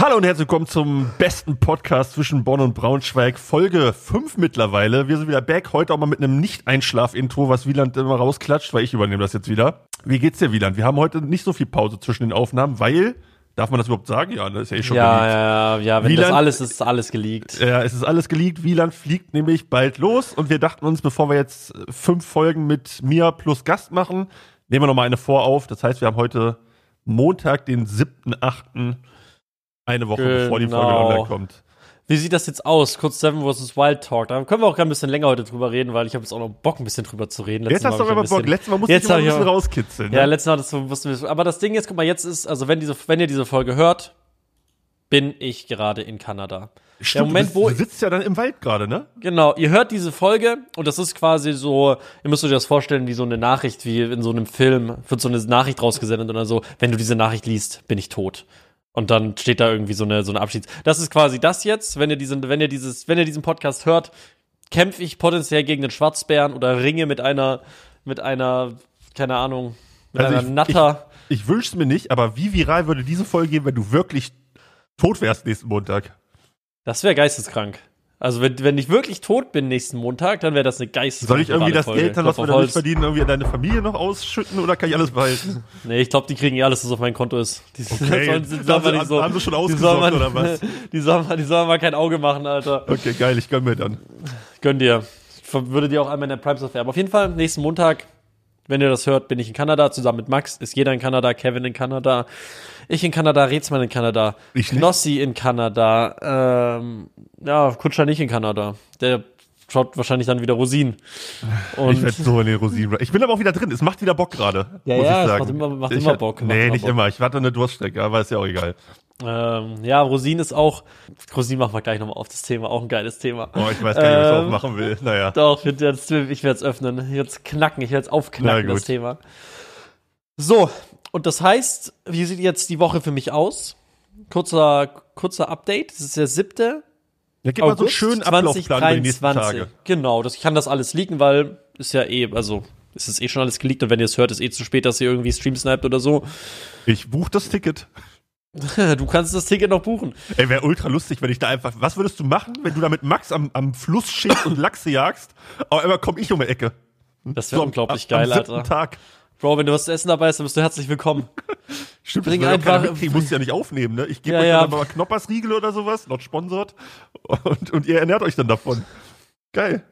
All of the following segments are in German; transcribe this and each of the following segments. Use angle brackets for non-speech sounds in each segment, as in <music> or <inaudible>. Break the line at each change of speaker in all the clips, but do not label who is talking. Hallo und herzlich willkommen zum besten Podcast zwischen Bonn und Braunschweig, Folge 5 mittlerweile. Wir sind wieder back, heute auch mal mit einem Nicht-Einschlaf-Intro, was Wieland immer rausklatscht, weil ich übernehme das jetzt wieder. Wie geht's dir, Wieland? Wir haben heute nicht so viel Pause zwischen den Aufnahmen, weil, darf man das überhaupt sagen? Ja, das ist ja eh schon
Ja, ja, ja, ja, wenn
Wieland-
das alles ist, ist alles geleakt.
Ja, es ist alles geleakt. Wieland fliegt nämlich bald los und wir dachten uns, bevor wir jetzt äh, fünf Folgen mit Mia plus Gast machen, nehmen wir nochmal eine vor auf. Das heißt, wir haben heute Montag, den 7.8., eine Woche bevor die Folge
Genau.
online kommt.
Wie sieht das jetzt aus? Kurz Seven vs. Wild Talk. Da können wir auch gerne ein bisschen länger heute drüber reden, weil ich habe jetzt auch noch Bock, ein bisschen drüber zu reden.
Jetzt
Letztes
hast du
hab ich
aber
ein bisschen-
Bock. Letztes Mal musste
Jetzt
ich immer
hab
ein
ich
bisschen
aber-
rauskitzeln.
Ja,
ne?
letztes Mal das mussten wir. Aber das Ding jetzt, guck mal, jetzt ist, also wenn, diese, wenn ihr diese Folge hört, bin ich gerade in Kanada.
Stimmt,
der Moment,
du bist,
wo
du sitzt ja dann im Wald gerade, ne?
Genau, ihr hört diese Folge und das ist quasi so, ihr müsst euch das vorstellen, wie so eine Nachricht, wie in so einem Film, wird so eine Nachricht rausgesendet oder so, wenn du diese Nachricht liest, bin ich tot. Und dann steht da irgendwie so eine, so eine Abschieds. Das ist quasi das jetzt, wenn ihr diesen, wenn ihr dieses, wenn ihr diesen Podcast hört, kämpfe ich potenziell gegen den Schwarzbären oder ringe mit einer, mit einer, keine Ahnung, mit
Also
einer
ich-
Natter.
Ich wünsch's mir nicht, aber wie viral würde diese Folge gehen, wenn du wirklich tot wärst nächsten Montag?
das wäre geisteskrank. Also wenn, wenn ich wirklich tot bin nächsten Montag, dann wäre das eine geisteskranke
Soll ich irgendwie das
Folge.
Geld dann, was
Klopf
wir
auf
damit
Holz.
verdienen, irgendwie an deine Familie noch ausschütten oder kann ich alles behalten?
Nee, ich glaube, die kriegen eh alles, was auf meinem Konto ist. Die
Okay,
<laughs> sollen- die
da haben
sollen mal
sie-
nicht so,
haben sie schon
die sollen mal-
ausgesorgt oder was?
<laughs> Die sollen, mal, die sollen mal kein Auge machen, Alter.
Okay, geil, ich gönn mir dann.
Gönn dir. Ich würde dir auch einmal in der Prime Software. Aber auf jeden Fall, nächsten Montag, wenn ihr das hört, bin ich in Kanada zusammen mit Max. Ist jeder in Kanada, Kevin in Kanada, ich in Kanada, Rätsmann in Kanada,
Ich nicht.
Knossi in Kanada, ähm, ja, Kutscher nicht in Kanada. Der schaut wahrscheinlich dann wieder Rosinen.
Ich
Und
werd so in den Rosinen. Ich bin aber auch wieder drin. Es macht wieder Bock gerade.
Ja,
muss
ja,
ich
es
sagen.
macht immer- macht
ich,
immer Bock, macht
Nee,
immer
nicht
Bock.
immer. Ich warte eine Durststrecke, aber ist ja auch egal.
Ähm, ja, Rosin ist auch. Rosin machen wir gleich nochmal auf das Thema, auch ein geiles Thema.
Oh, ich weiß gar nicht, was ich
Ähm,
aufmachen will. Naja.
Doch, ich werde es öffnen. Jetzt knacken, ich werde es aufknacken,
Na gut.
das Thema. So, und das heißt, wie sieht jetzt die Woche für mich aus? Kurzer, kurzer Update. Es ist der siebte.
Ja, gib mal so einen
August
schönen Ablaufplan für die nächsten
2023.
Tage.
Genau, das, ich kann das alles leaken, weil ist ja eh, also es ist eh schon alles geleakt und wenn ihr es hört, ist eh zu spät, dass ihr irgendwie Stream sniped oder so. <laughs>
Ich buch das Ticket.
Du kannst das Ticket noch buchen.
Ey, wäre ultra lustig, wenn ich da einfach. Was würdest du machen, wenn du da mit Max am, am Fluss schießt und Lachse jagst? Aber einmal komm ich um die Ecke.
Das wäre
am-
unglaublich
am,
geil,
am siebten
Alter.
Tag.
Bro, wenn du was zu essen dabei hast, dann bist du herzlich willkommen.
Stimmt,
Bring
das will ja keiner
einfach-
mitkriegen, Ich muss ja nicht aufnehmen, ne? Ich gebe
Ja,
euch
ja.
dann aber mal Knoppersriegel oder sowas, not sponsort. Und, und ihr ernährt euch dann davon. Geil.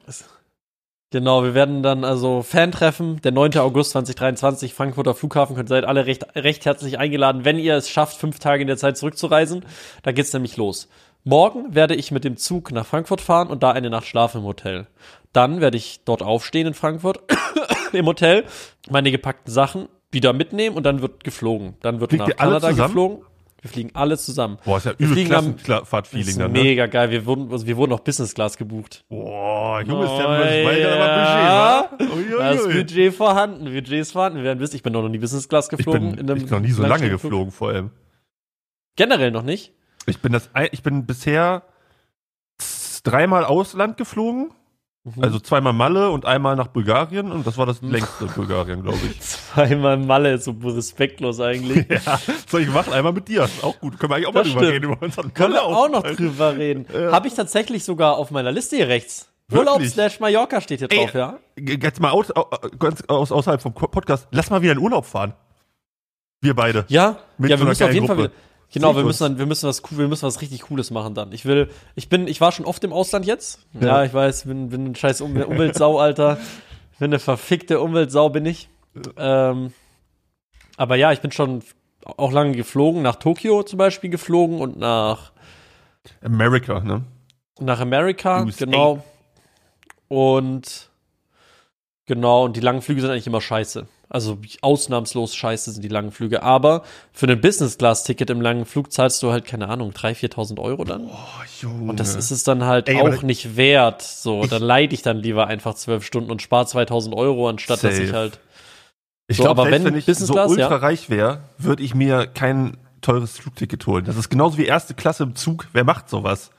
Genau, wir werden dann also Fan-Treffen, der 9. August 2023, Frankfurter Flughafen, könnt seid alle recht, recht herzlich eingeladen, wenn ihr es schafft, fünf Tage in der Zeit zurückzureisen. Da geht's nämlich los. Morgen werde ich mit dem Zug nach Frankfurt fahren und da eine Nacht schlafen im Hotel. Dann werde ich dort aufstehen in Frankfurt, <coughs> im Hotel, meine gepackten Sachen wieder mitnehmen und dann wird geflogen. Dann wird
Fliegt
nach
ihr alle
Kanada
zusammen?
geflogen. Wir fliegen alle zusammen.
Boah, ist ja
wir
übel
fliegen am, das
Klassenfahrtfeeling
ist
dann, ne?
mega geil. Wir wurden, also wir wurden auch Business Class gebucht.
Boah, Junge, ist der
Oh,
Budget,
ja.
aber Budget, wa?
Da ist
Uiuiui.
Budget vorhanden, Budget ist vorhanden. Wer wisst, ich bin doch noch nie Business Class
Ich
geflogen.
bin, ich bin noch nie so lange
Langstreckenflug.
geflogen, vor allem.
Generell noch nicht. <laughs>
Ich bin das, ein- ich bin bisher dreimal Ausland geflogen, also zweimal Malle und einmal nach Bulgarien und das war das längste Bulgarien, glaube ich.
Zweimal Malle ist so respektlos eigentlich.
<laughs> Ja, soll ich machen? Einmal mit dir. Ist Auch gut. Können wir eigentlich auch
Das
mal drüber
stimmt.
reden. Über unseren
Können wir auch noch
Urlaub.
drüber reden.
genau. Ja.
Habe ich tatsächlich sogar auf meiner Liste hier rechts.
Wirklich?
Urlaub slash Mallorca steht hier drauf, ja?
G- Jetzt mal aus, au- äh, ganz aus, außerhalb vom Ko- Podcast. Lass mal wieder in Urlaub fahren. Wir beide.
Ja,
Mit
ja,
so einer
wir müssen auf
geilen
jeden Fall
Gruppe.
wieder, genau,
Seht
wir
uns.
müssen dann, wir müssen was, cool- wir müssen was richtig Cooles machen dann. Ich will, ich bin, ich war schon oft im Ausland jetzt.
Ja.
Ja, ich weiß, bin, bin ein scheiß um Umweltsau, Alter. Ich bin eine verfickte Umweltsau, bin ich. Ähm, aber ja, ich bin schon auch lange geflogen, nach Tokio zum Beispiel geflogen und nach,
America, ne?
nach Amerika,
USA.
genau. Und, genau, und die langen Flüge sind eigentlich immer scheiße. Also ausnahmslos scheiße sind die langen Flüge. Aber für ein Business-Class-Ticket im langen Flug zahlst du halt, keine Ahnung, 3.000, 4.000 Euro dann.
Oh, Junge.
Und das ist es dann halt
Ey, aber
auch
das-
nicht wert. So, dann leide ich dann lieber einfach zwölf Stunden und spare 2.000 Euro, anstatt dass
Safe.
ich halt
ich
so,
glaube,
aber
selbst
wenn
wenn ich
Business
so
Class, ja.
ultra reich wäre, würde ich mir kein teures Flugticket holen. Das ist genauso wie erste Klasse im Zug. Wer macht sowas?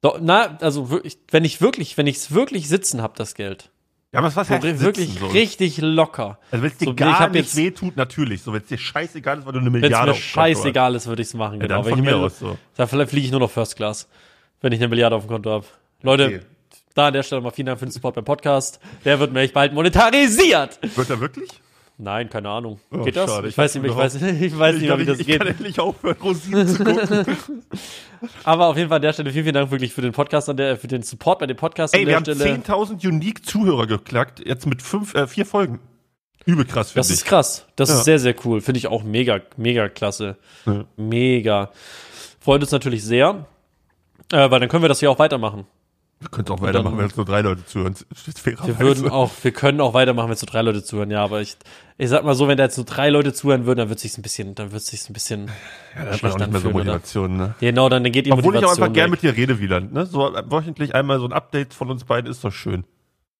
Doch, na, also wirklich, wenn ich wirklich, wenn ich es wirklich sitzen habe, das Geld,
Ja, was, was
So,
heißt
ri-
sitzen,
wirklich
so?
richtig locker.
Also wenn es dir
so, nee, ich
gar
hab
nicht
jetzt-
wehtut, natürlich. So, wenn es dir scheißegal ist, weil du eine
Wenn es
Milliarde
mir
auf dem Konto hast.
scheißegal ist, würde ich es machen.
Ja,
genau.
dann
Wenn
von
ich
mir
mir-
aus so.
Da vielleicht fliege ich nur noch First Class, wenn ich eine Milliarde auf dem Konto habe. Leute,
Okay.
da an der Stelle mal vielen Dank für den Support beim Podcast. Der wird mir echt bald monetarisiert.
Wird er wirklich?
Nein, keine Ahnung.
Oh,
geht das?
schade,
ich
ich
weiß
hab
nicht, ich
überhaupt-
weiß, ich weiß
Ich,
nicht, mehr,
kann, nicht,
wie das
ich
geht.
kann endlich aufhören,
<laughs>
Rosinen zu gucken.
Aber auf jeden Fall an der Stelle vielen, vielen Dank wirklich für den Podcast an der, für den Support bei dem Podcast
Ey,
an
wir
der
haben
Stelle.
10.000 unique Zuhörer geklackt, jetzt mit fünf, äh, vier Folgen. Übel krass, finde
Das
ich.
ist krass. Das
Ja.
ist sehr, sehr cool. Finde ich auch mega, mega klasse.
Ja.
Mega. Freut uns natürlich sehr. Äh, weil dann können wir das hier auch weitermachen.
Wir können auch weitermachen, wenn es nur drei Leute zuhören. <laughs> Das ist
Wir
fairerweise.
würden auch, wir können auch weitermachen, wenn so drei Leute zuhören, ja, aber ich, ich sag mal so, wenn da jetzt nur drei Leute zuhören würden, dann wird sich's ein bisschen, dann wird sich's ein bisschen
ja, das
schlecht
auch nicht mehr so
anfühlen, oder?
Motivation, ne?
Genau, dann geht die
Obwohl ich auch
Motivation
einfach gern mit
weg.
dir rede, Wieland. Ne? So äh, wöchentlich einmal so ein Update von uns beiden ist doch schön.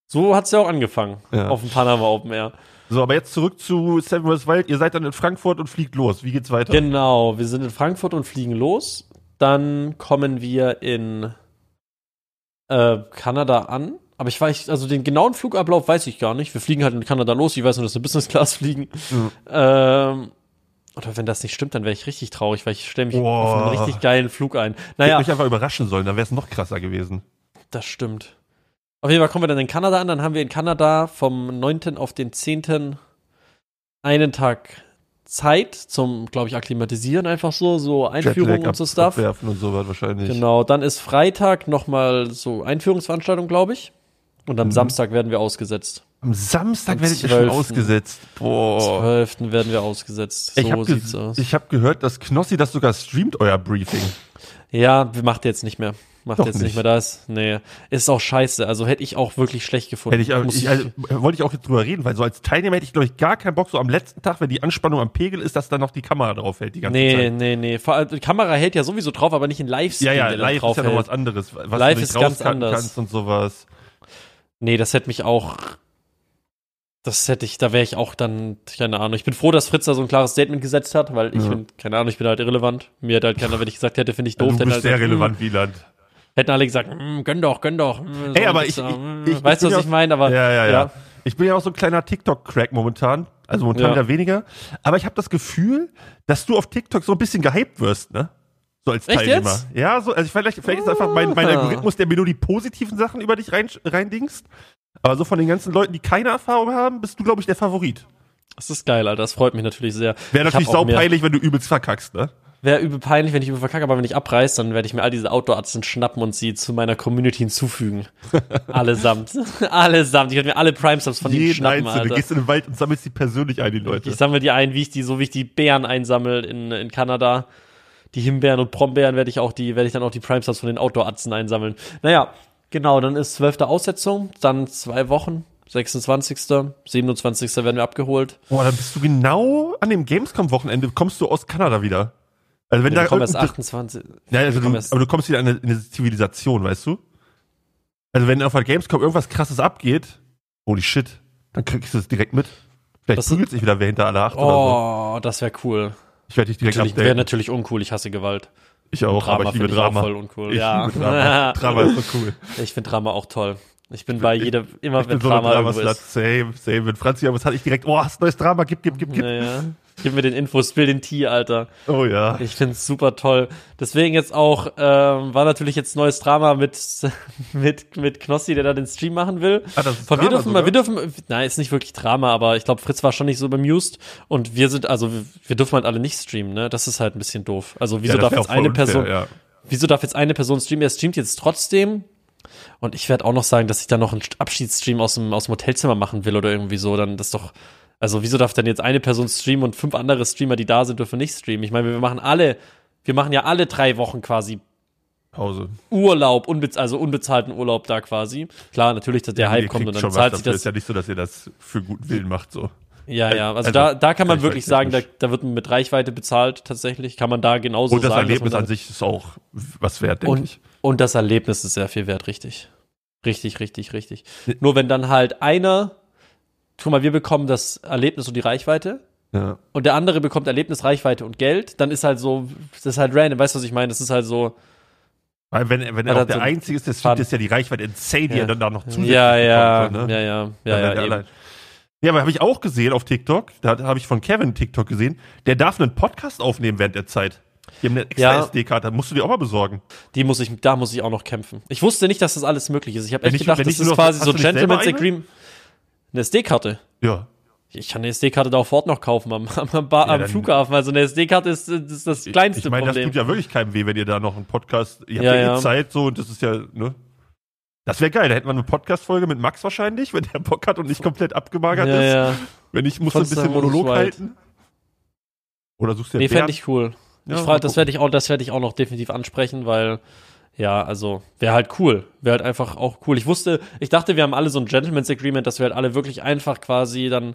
So hat's ja auch angefangen
Ja.
auf dem Panama Open Air.
So, aber jetzt zurück zu Seven West Wild. Ihr seid dann in Frankfurt und fliegt los. Wie geht's weiter?
Genau, wir sind in Frankfurt und fliegen los. Dann kommen wir in äh, Kanada an. Aber ich weiß, also den genauen Flugablauf weiß ich gar nicht. Wir fliegen halt in Kanada los. Ich weiß nur, dass wir Business Class fliegen.
Mhm.
Ähm, oder wenn das nicht stimmt, dann wäre ich richtig traurig, weil ich stelle mich auf einen
Boah.
richtig geilen Flug ein.
Ich
Naja,
hätte mich einfach überraschen sollen, dann wäre es noch krasser gewesen.
Das stimmt. Auf jeden Fall kommen wir dann in Kanada an. Dann haben wir in Kanada vom 9. auf den 10. einen Tag Zeit zum, glaube ich, Akklimatisieren einfach so, so Einführung
Jetlag
und so
ab-
Stuff.
abwerfen und sowas wahrscheinlich.
Genau, dann ist Freitag nochmal so Einführungsveranstaltung, glaube ich. Und
Mhm.
am Samstag werden wir ausgesetzt.
Am Samstag
Am
werdet ihr schon
12..
ausgesetzt.
Am
Boah.
12. werden wir ausgesetzt.
Oh. Ich
So
habe ge
sieht's aus.
ich hab gehört, dass Knossi das sogar streamt, euer Briefing.
Ja, wir- macht jetzt nicht mehr. Macht
Doch
jetzt nicht.
nicht.
mehr das. Nee. Ist auch scheiße. Also hätte ich auch wirklich schlecht gefunden.
Hätte ich,
Muss
ich, also, wollte ich auch jetzt drüber reden, weil so als Teilnehmer hätte ich, glaube ich, gar keinen Bock, so am letzten Tag, wenn die Anspannung am Pegel ist, dass dann noch die Kamera drauf hält die ganze
nee,
Zeit.
nee, nee. Vor allem, die Kamera hält ja sowieso drauf, aber nicht in Livestream,
Ja, ja,
der
live
dann drauf
ist ja noch
hält.
was anderes, was
Live
du nicht
ist ganz
rauscutten
anders.
kannst und sowas.
Nee, das hätte mich auch. Das hätte ich, da wäre ich auch dann, keine Ahnung. Ich bin froh, dass Fritz da so ein klares Statement gesetzt hat, weil ich
Ja.
bin, keine Ahnung, ich bin halt irrelevant. Mir hätte halt keiner, wenn ich gesagt hätte, finde ich doof.
du
hätten
bist
halt
sehr
gesagt,
relevant, Wieland.
"Hm", hätten alle gesagt, "Hm, gönn doch, gönn doch. hm,
Ey,
so
aber
ein
ich-
bisschen, hm."
ich- ich
weißt du,
bin
was
ja-
ich meine? Aber
Ja, ja, ja.
ja.
Ich bin ja auch so ein kleiner TikTok-Crack momentan. Also momentan
Ja.
wieder weniger. Aber ich habe das Gefühl, dass du auf TikTok so ein bisschen gehypt wirst, ne? So als
Echt
Teilnehmer.
jetzt?
Ja, so, also vielleicht, vielleicht ist einfach mein, mein
Ah.
Algorithmus, der mir nur die positiven Sachen über dich rein, reindingst. Aber so von den ganzen Leuten, die keine Erfahrung haben, bist du, glaube ich, der Favorit.
das ist geil, Alter. Das freut mich natürlich sehr.
Wäre
Ich
natürlich
hab auch mehr-
saupeinlich, wenn du übelst verkackst, ne?
Wäre übel peinlich, wenn ich übel verkacke, aber wenn ich abreiß, dann werde ich mir all diese Outdoor-Atzen schnappen und sie zu meiner Community
<laughs>
hinzufügen. Allesamt. <laughs> Allesamt. Ich werde mir alle Prime-Subs von ihnen
Jeden
schnappen,
Einzelnen.
Alter.
Gehst in den Wald und sammelst die persönlich ein, die Leute.
Ich sammle die ein, wie ich die, so wie ich die Beeren einsammel in, in Kanada. Die Himbeeren und Brombeeren werde ich auch die, werde ich dann auch die Prime-Subs von den Outdoor-Atzen einsammeln. Naja, genau, dann ist 12. Aussetzung, dann zwei Wochen, 26., 27. werden wir abgeholt.
Boah, dann bist du genau an dem Gamescom-Wochenende, kommst du aus Kanada wieder. Also wenn
Wir
da
kommen erst
irgendein-
28.
Ja, also
Komm,
du,
das-
aber du kommst wieder in eine, in eine Zivilisation, weißt du? Also wenn auf der Gamescom irgendwas krasses abgeht, holy shit, dann kriegst du es direkt mit. Vielleicht
Das-
prügelt sich wieder wer hinter alle acht oder so.
Oh, das wäre cool.
Ich werde dich direkt
Natürlich, wäre
updaten.
natürlich uncool, ich hasse Gewalt.
Ich auch,
Drama
aber ich liebe
finde ich auch
Drama.
voll uncool.
Ich
Ja. <laughs>
liebe Drama. Drama ist so cool.
Ich finde Drama auch toll. Ich bin bei jeder, immer
Ich
wenn
bin so ein
Drama irgendwo
Drama-Slut.
ist.
Same, same. Wenn Franzi aber was hatte ich direkt, oh, hast neues Drama, gib, gib, gib, gib.
Naja. Gib mir den Infos, spiel den Tee, Alter.
Oh ja.
Ich finde es super toll. Deswegen jetzt auch, ähm, war natürlich jetzt neues Drama mit, <laughs> mit, mit Knossi, der da den Stream machen will.
Ah, das ist
Von wir
Drama
dürfen
sogar?
mal, wir dürfen, nein, ist nicht wirklich Drama, aber ich glaube, Fritz war schon nicht so bemused und wir sind, also wir, wir dürfen halt alle nicht streamen, ne? Das ist halt ein bisschen doof. Also wieso
Ja, das
darf
wär
jetzt
auch voll
eine
unfair,
Person,
ja.
wieso darf jetzt eine Person streamen? Er streamt jetzt trotzdem. Und ich werde auch noch sagen, dass ich dann noch einen Abschiedsstream aus dem, aus dem Hotelzimmer machen will oder irgendwie so. Dann das doch. Also, wieso darf dann jetzt eine Person streamen und fünf andere Streamer, die da sind, dürfen nicht streamen? Ich meine, wir machen alle, wir machen ja alle drei Wochen quasi
Pause.
Urlaub, unbez also unbezahlten Urlaub da quasi. Klar, natürlich, dass der Hype
Ihr
kommt
kriegt
und
schon
dann
was
zahlt sich
dafür.
das.
Ist ja nicht so, dass ihr das für guten Willen macht, so.
Ja, ja. Also,
Also,
da, da kann man wirklich
reichweitentechnisch.
sagen, da, da wird man mit Reichweite bezahlt, tatsächlich. Kann man da genauso
Und das
sagen. dass man
Erlebnis
da-
an sich ist auch was wert, denke ich.
Und, und das Erlebnis ist sehr viel wert, richtig. Richtig, richtig, richtig. Nur wenn dann halt einer, guck mal, wir bekommen das Erlebnis und die Reichweite
Ja.
und der andere bekommt Erlebnis, Reichweite und Geld, dann ist halt so, das ist halt random, weißt du, was ich meine? Das ist halt so,
Weil wenn, wenn
Hat
er auch
halt
der
so einen
Einzige ist, das
Faden.
ist ja die Reichweite insane, die
Ja.
er dann da noch zusätzlich
Ja, ja,
bekommt, so,
ja,
ne?
ja,
Dann
ja,
werden wir
ja, eben.
allein. Ja, aber habe ich auch gesehen auf TikTok, da habe ich von Kevin TikTok gesehen, der darf einen Podcast aufnehmen während der Zeit. Die haben eine extra
Ja.
SD-Karte, musst du dir auch mal besorgen.
Die muss ich, da muss ich auch noch kämpfen. Ich wusste nicht, dass das alles möglich ist. Ich habe
Wenn
echt
ich-
gedacht,
wenn
das
ich
ist
nur noch-
quasi
hast
so
du nicht
ein
selber
Gentleman's
eine?
Agreement. Eine SD-Karte.
Ja.
Ich kann eine SD-Karte da auch fort noch kaufen am, am, am, Bar,
Ja,
am
dann-
Flughafen. Also eine SD-Karte ist, äh, ist das kleinste
ich meine, das
Problem.
tut ja wirklich keinem weh, wenn ihr da noch einen Podcast, ihr habt
Ja,
ja, eh
ja.
Zeit so und das ist ja, ne? Das wäre geil, da hätten wir eine Podcast-Folge mit Max wahrscheinlich, wenn der Bock hat und nicht komplett abgemagert
ja,
ist.
ja.
Wenn ich muss ein
Potsdam
bisschen Monolog
ist weit.
halten. Oder suchst du
Nee,
den
fände ich cool.
Ja,
ich
mal
frage, das werde ich auch, das werde ich auch noch definitiv ansprechen, weil ja, also wäre halt cool, wäre halt einfach auch cool. Ich wusste, ich dachte, wir haben alle so ein Gentleman's Agreement, dass wir halt alle wirklich einfach quasi dann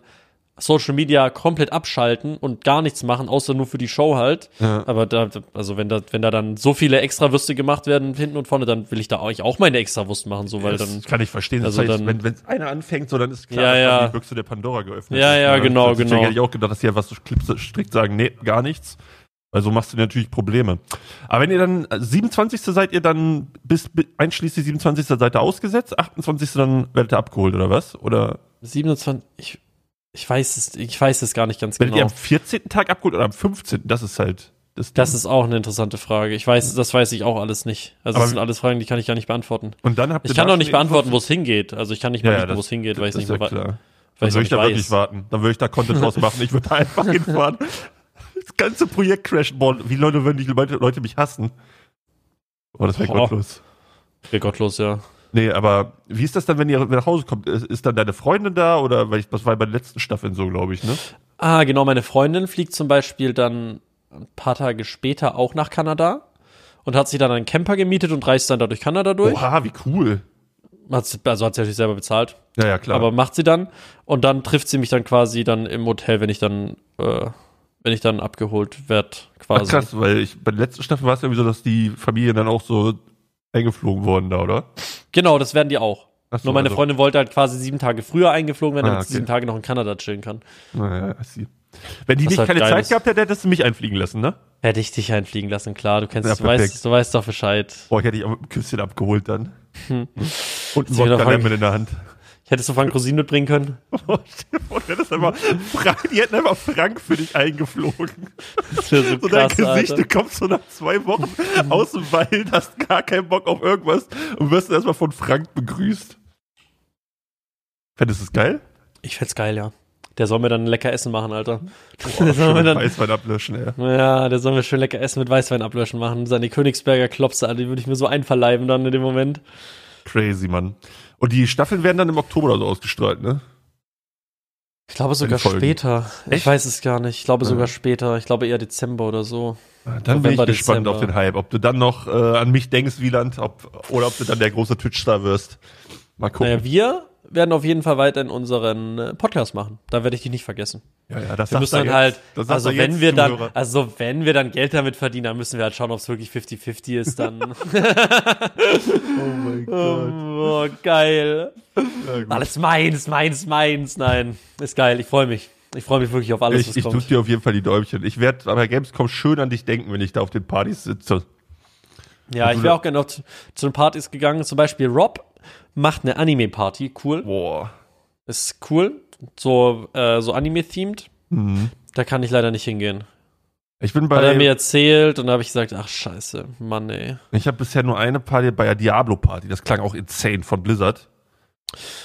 Social Media komplett abschalten und gar nichts machen, außer nur für die Show halt.
Ja.
Aber da, also wenn da, wenn da dann so viele Extrawürste gemacht werden hinten und vorne, dann will ich da eigentlich auch meine Extrawurst machen, so weil
das
dann.
kann ich verstehen.
also
das heißt,
dann-
wenn wenn einer anfängt, so dann ist klar,
Ja,
dass
ja.
dann die Büchse der Pandora geöffnet
Ja,
ist.
ja,
ne?
genau,
Deswegen
genau.
hätte ich auch gedacht, dass die einfach so klipp- strikt sagen, nee, gar nichts. Weil so machst du dir natürlich Probleme. Aber wenn ihr dann äh, 27. seid ihr dann bis bi- einschließlich 27. seid ihr ausgesetzt, 28. dann werdet ihr abgeholt oder was? Oder
27, ich, ich weiß es, ich weiß es gar nicht ganz
werdet
genau.
ihr am 14. Tag abgeholt oder am 15.? Das ist halt das,
Das
Ding.
ist auch eine interessante Frage. Ich weiß, das weiß ich auch alles nicht. Also
Aber-
das sind alles Fragen, die kann ich gar nicht beantworten.
Und dann habt ihr
Ich kann
da
auch
schon
nicht
die Infos-
beantworten, wo es hingeht. Also ich kann nicht
Ja,
beantworten,
ja,
wo
das-
es hingeht, weil ich
Das ist
nicht
ja
mehr wei-
klar.
weil
Dann
ich's
würde ich
nicht
da wirklich
weiß.
warten. Dann würde ich da Content
<laughs>
draus machen. Ich würde da einfach hinfahren. Das ganze Projekt crashen. Boah, wie Leute würden die Leute, Leute mich hassen. Oh, das wäre
Boah.
gottlos.
Ja, gottlos, ja.
Nee, aber wie ist das dann, wenn ihr nach Hause kommt? Ist, ist dann deine Freundin da oder weil ich, das war bei den letzten Staffeln so, glaube ich, ne?
Ah, genau, meine Freundin fliegt zum Beispiel dann ein paar Tage später auch nach Kanada und hat sich dann einen Camper gemietet und reist dann dadurch Kanada durch.
Oha, wie cool.
Hat, also hat sie natürlich selber bezahlt,
Ja, ja, klar.
aber macht sie dann. Und dann trifft sie mich dann quasi dann im Hotel, wenn ich dann, äh, wenn ich dann abgeholt werde,
Ach,
quasi.
krass, weil ich bei der letzten Staffel war es irgendwie so, dass die Familien dann auch so eingeflogen wurden da, oder?
Genau, das werden die auch.
Ach so,
Nur meine
also-
Freundin wollte halt quasi sieben Tage früher eingeflogen werden,
Ah,
damit sie
okay.
sieben Tage noch in Kanada chillen kann.
Naja, ich sehe. Wenn die
Was
nicht
halt
keine
geil
Zeit
ist.
gehabt hätte, hättest du mich einfliegen lassen, ne?
Hätte ich dich einfliegen lassen, klar. Du kennst,
Ja,
du weißt,
perfekt.
du weißt doch Bescheid.
Boah, ich hätte dich auch mit einem Küsschen abgeholt dann. Hm. Und einen
Sie wieder
Wodka
fragen-
Lemon in der Hand.
Hättest du Frank Rosin mitbringen können?
<laughs> Oh, stell dir vor, du hättest einfach Frank, die hätten einfach Frank für dich eingeflogen.
Das wäre so
So dein
krass,
Gesicht, du
Alter.
kommst so nach zwei <laughs> Wochen aus dem Wald, hast gar keinen Bock auf irgendwas und wirst erstmal von Frank begrüßt. Fändest du es geil?
Ich fänd's geil, ja. Der soll mir dann lecker Essen
<laughs>
machen, Alter.
Boah,
der soll mir
schön
dann,
Weißwein ablöschen, ey.
ja, der soll mir schön lecker Essen mit Weißwein ablöschen machen. Seine Königsberger Klopse, Alter, die würde ich mir so einverleiben dann in dem Moment.
Crazy, Mann. Und die Staffeln werden dann im Oktober oder so ausgestrahlt, ne?
Ich glaube sogar
Folgen.
später. Ich
Echt?
weiß es gar nicht. Ich glaube
Ja.
sogar später. Ich glaube eher Dezember oder so.
Ah, Dann bin ich
November,
gespannt
Dezember.
auf den Hype. Ob du dann noch äh, an mich denkst, Wieland, ob, oder ob du dann der große Twitch-Star wirst. Mal gucken.
Naja, wir werden auf jeden Fall weiter in unseren äh, Podcast machen. Da werde ich dich nicht vergessen.
Ja, ja, das
Wir
sagst
müssen dann
du
halt,
jetzt. Das sagst
also
du
wenn
jetzt,
wir dann,
Zuhörer.
also wenn wir dann Geld damit verdienen, dann müssen wir halt schauen, ob es wirklich 50-50
<laughs>
ist, dann.
Oh mein Gott.
oh, geil.
Ja, gut.
Alles meins, meins, meins. Nein, ist geil. Ich freue mich. Ich freue mich wirklich auf alles,
Ich,
was
ich drück
kommt.
dir auf jeden Fall die Däumchen. Ich werde bei Gamescom schön an dich denken, wenn ich da auf den Partys sitze.
ja,
also
ich wäre auch gerne noch zu, zu den Partys gegangen. Zum Beispiel Rob macht eine Anime-Party. Cool.
Boah.
Ist cool. So, äh, so Anime-themed.
Mhm.
Da kann ich leider nicht hingehen.
Ich bin
Hat er mir
bei.
erzählt und da habe ich gesagt, ach scheiße, Mann ey.
Ich habe bisher nur eine Party bei der Diablo-Party. Das klang auch insane von Blizzard.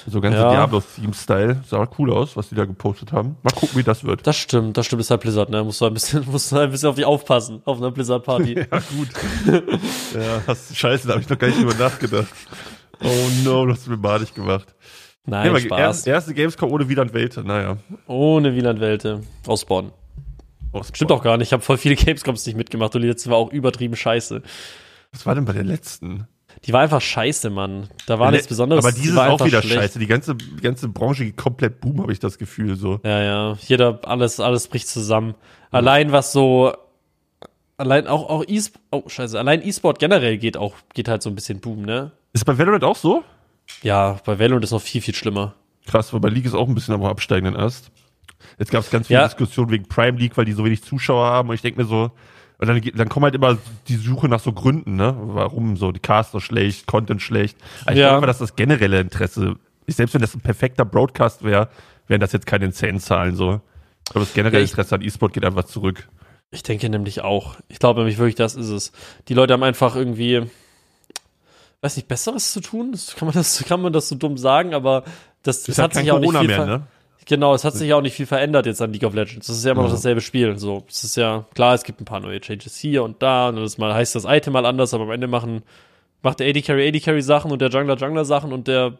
So ganze
Ja.
Diablo-Theme-Style. Sah cool aus, was die da gepostet haben. Mal gucken, wie das wird.
Das stimmt, das stimmt, ist halt Blizzard, ne? Musst du ein bisschen, <laughs> musst du ein bisschen auf die aufpassen, auf einer Blizzard-Party.
<laughs> Ja, gut. ja, hast, scheiße, da habe ich noch gar nicht drüber nachgedacht. Oh no, das hast mir madig gemacht.
Nein,
Ja, aber
Spaß.
erst, erste Gamescom ohne Wieland Welte. Naja.
Ohne Wieland-Welte. Aus Bonn.
Oh,
Stimmt auch gar nicht, ich habe voll viele <laughs> Gamescoms nicht mitgemacht und die letzte war auch übertrieben scheiße.
Was war denn bei der letzten?
Die war einfach scheiße, Mann. Da war nichts Besonderes.
Aber
die
dieses
war
auch
einfach
wieder
schlecht.
scheiße. Die ganze, die ganze Branche geht komplett boom, habe ich das Gefühl so.
Ja, ja. Jeder, alles, alles bricht zusammen. Allein was so, allein auch, auch e oh, scheiße, allein E-Sport generell geht auch, geht halt so ein bisschen boom, ne?
Ist bei Valorant auch so?
Ja, bei Valorant ist noch viel, viel schlimmer.
Krass, weil bei League ist auch ein bisschen am absteigenden Ast. Jetzt gab es ganz viele
Ja.
Diskussionen wegen Prime League, weil die so wenig Zuschauer haben. Und ich denke mir so, Und dann, geht- dann kommen halt immer die Suche nach so Gründen, ne? Warum so die Caster schlecht, Content schlecht. Also ich
Ja.
glaube immer, dass das generelle Interesse ist. Selbst wenn das ein perfekter Broadcast wäre, wären das jetzt keine insane Zahlen so. Aber das generelle
Ja, ich-
Interesse an E-Sport geht einfach zurück.
Ich denke nämlich auch. Ich glaube nämlich wirklich, das ist es. Die Leute haben einfach irgendwie, weiß nicht, Besseres zu tun. Das kann man das, <laughs> kann man das so dumm sagen, aber das, das
halt
hat sich auch nicht viel ver-
ne?
Genau, es hat sich auch nicht viel verändert jetzt an League of Legends. Das ist ja immer noch
Ja.
dasselbe Spiel. So, es ist ja klar, es gibt ein paar neue Changes hier und da und das mal heißt das Item mal anders, aber am Ende machen macht der AD Carry AD Carry Sachen und der Jungler Jungler Sachen und der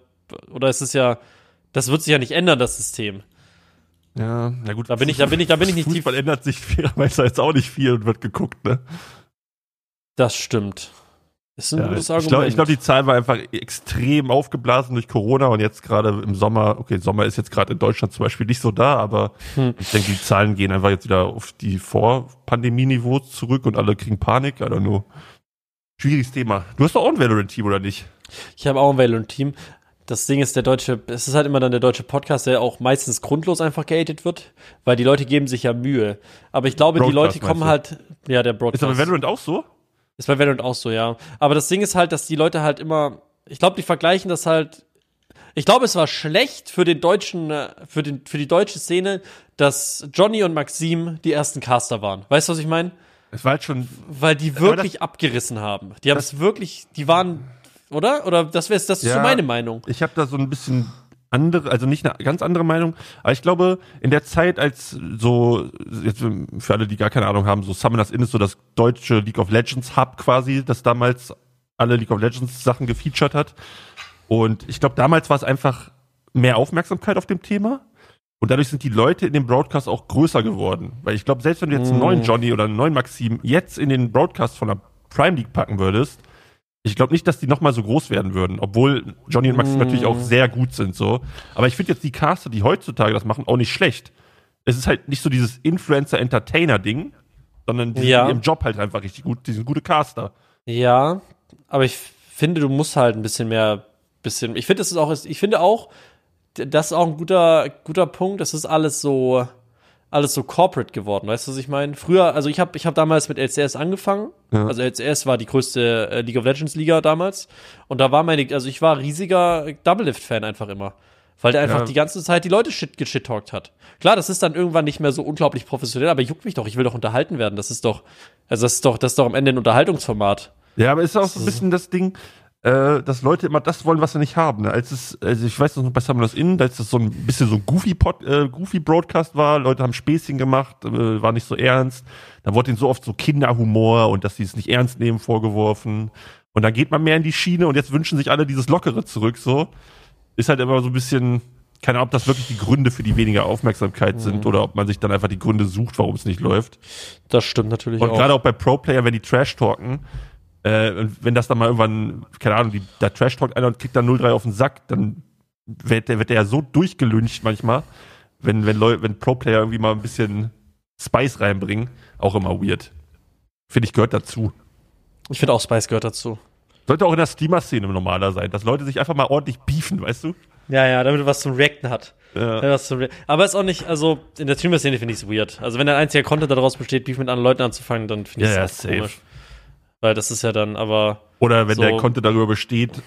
oder es ist ja das wird sich ja nicht ändern das System.
Ja, na gut.
Da bin ich da bin ich da bin ich nicht tief.
Fußball ändert sich <laughs> fairerweise jetzt auch nicht viel und wird geguckt, ne?
Das stimmt. Ist ein
Ja,
gutes
Ich
Argument.
glaube, glaub, die Zahl war einfach extrem aufgeblasen durch Corona und jetzt gerade im Sommer, okay, Sommer ist jetzt gerade in Deutschland zum Beispiel nicht so da, aber
Hm.
ich denke, die Zahlen gehen einfach jetzt wieder auf die Vor-Pandemie-Niveaus zurück und alle kriegen Panik, I don't know. Schwieriges Thema. Du hast doch auch ein Valorant-Team, oder nicht?
Ich habe auch ein Valorant-Team. Das Ding ist, der deutsche, es ist halt immer dann der deutsche Podcast, der auch meistens grundlos einfach gehatet wird, weil die Leute geben sich ja Mühe. Aber ich glaube, die
Broadcast
Leute kommen halt, ja, der Broadcast.
Ist aber Valorant auch so?
Ist bei Valorant auch so, ja. Aber das Ding ist halt, dass die Leute halt immer, ich glaube, die vergleichen das halt. Ich glaube, es war schlecht für den deutschen, äh, für den, für die deutsche Szene, dass Johnny und Maxim die ersten Caster waren. Weißt du, was ich meine?
Es war halt schon,
Weil die
Aber
wirklich abgerissen haben. Die haben es wirklich, die waren, oder? Oder das wäre, das ist
Ja.
so meine Meinung.
ich habe da so ein bisschen andere, also nicht eine ganz andere Meinung, aber ich glaube, in der Zeit, als so, jetzt für alle, die gar keine Ahnung haben, so Summoners Inn ist so das deutsche League of Legends Hub quasi, das damals alle League of Legends Sachen gefeatured hat. Und ich glaube, damals war es einfach mehr Aufmerksamkeit auf dem Thema. Und dadurch sind die Leute in dem Broadcast auch größer geworden. Weil ich glaube, selbst wenn du jetzt einen neuen Johnny oder einen neuen Maxim jetzt in den Broadcast von der Prime League packen würdest, ich glaube nicht, dass die nochmal so groß werden würden. Obwohl Johnny und Maxim natürlich auch sehr gut sind, so. Aber ich finde jetzt die Caster, die heutzutage das machen, auch nicht schlecht. Es ist halt nicht so dieses Influencer-Entertainer-Ding, sondern die
Ja.
sind im Job halt einfach richtig gut. Die sind gute Caster.
Ja, aber ich finde, du musst halt ein bisschen mehr, bisschen. Ich finde, es ist auch, ich finde auch, d- das ist auch ein guter, guter Punkt. Es ist alles so, alles so corporate geworden. Weißt du, was ich meine? Früher, also ich habe, ich habe damals mit LCS angefangen.
Ja.
Also LCS war die größte äh, League of Legends Liga damals. Und da war meine, also ich war riesiger Double Lift Fan einfach immer. Weil der einfach
Ja.
die ganze Zeit die Leute shit geshit-talkt hat. Klar, das ist dann irgendwann nicht mehr so unglaublich professionell, aber juckt mich doch, ich will doch unterhalten werden. Das ist doch, also das ist doch, das ist doch am Ende ein Unterhaltungsformat.
Ja, aber ist auch so ein bisschen das Ding, äh, dass Leute immer das wollen, was sie nicht haben. Ne? Als es, also ich weiß noch bei Summoners Inn, als das so ein bisschen so ein goofy, Pod, äh, goofy Broadcast war, Leute haben Späßchen gemacht, äh, war nicht so ernst. Dann wurde ihnen so oft so Kinderhumor und dass sie es nicht ernst nehmen vorgeworfen. Und dann geht man mehr in die Schiene und jetzt wünschen sich alle dieses Lockere zurück. So ist halt immer so ein bisschen, keine Ahnung, ob das wirklich die Gründe für die weniger Aufmerksamkeit sind oder ob man sich dann einfach die Gründe sucht, warum es nicht läuft.
Das stimmt natürlich
Und
auch.
gerade auch bei Pro-Player, wenn die Trash talken, äh, und wenn das dann mal irgendwann, keine Ahnung, die, da Trash talkt einer und kriegt dann 0-3 auf den Sack, dann wird der, wird der ja so durchgelünscht manchmal, wenn, wenn, Leu wenn Pro-Player irgendwie mal ein bisschen Spice reinbringen, auch immer weird. Finde ich, gehört dazu.
ich finde auch Spice gehört dazu.
Sollte auch in der Steamer-Szene normaler sein, dass Leute sich einfach mal ordentlich beefen, weißt du?
Ja, ja, damit er was zum Reacten hat.
Ja.
Damit er Was zum Re Aber ist auch nicht, also in der Streamer-Szene finde ich es weird. Also wenn ein einziger Content daraus besteht, Beef mit anderen Leuten anzufangen, dann finde ich
Ja,
es
ja,
auch
safe.
komisch. Weil das ist ja dann, aber
Oder wenn
So.
der Content darüber besteht,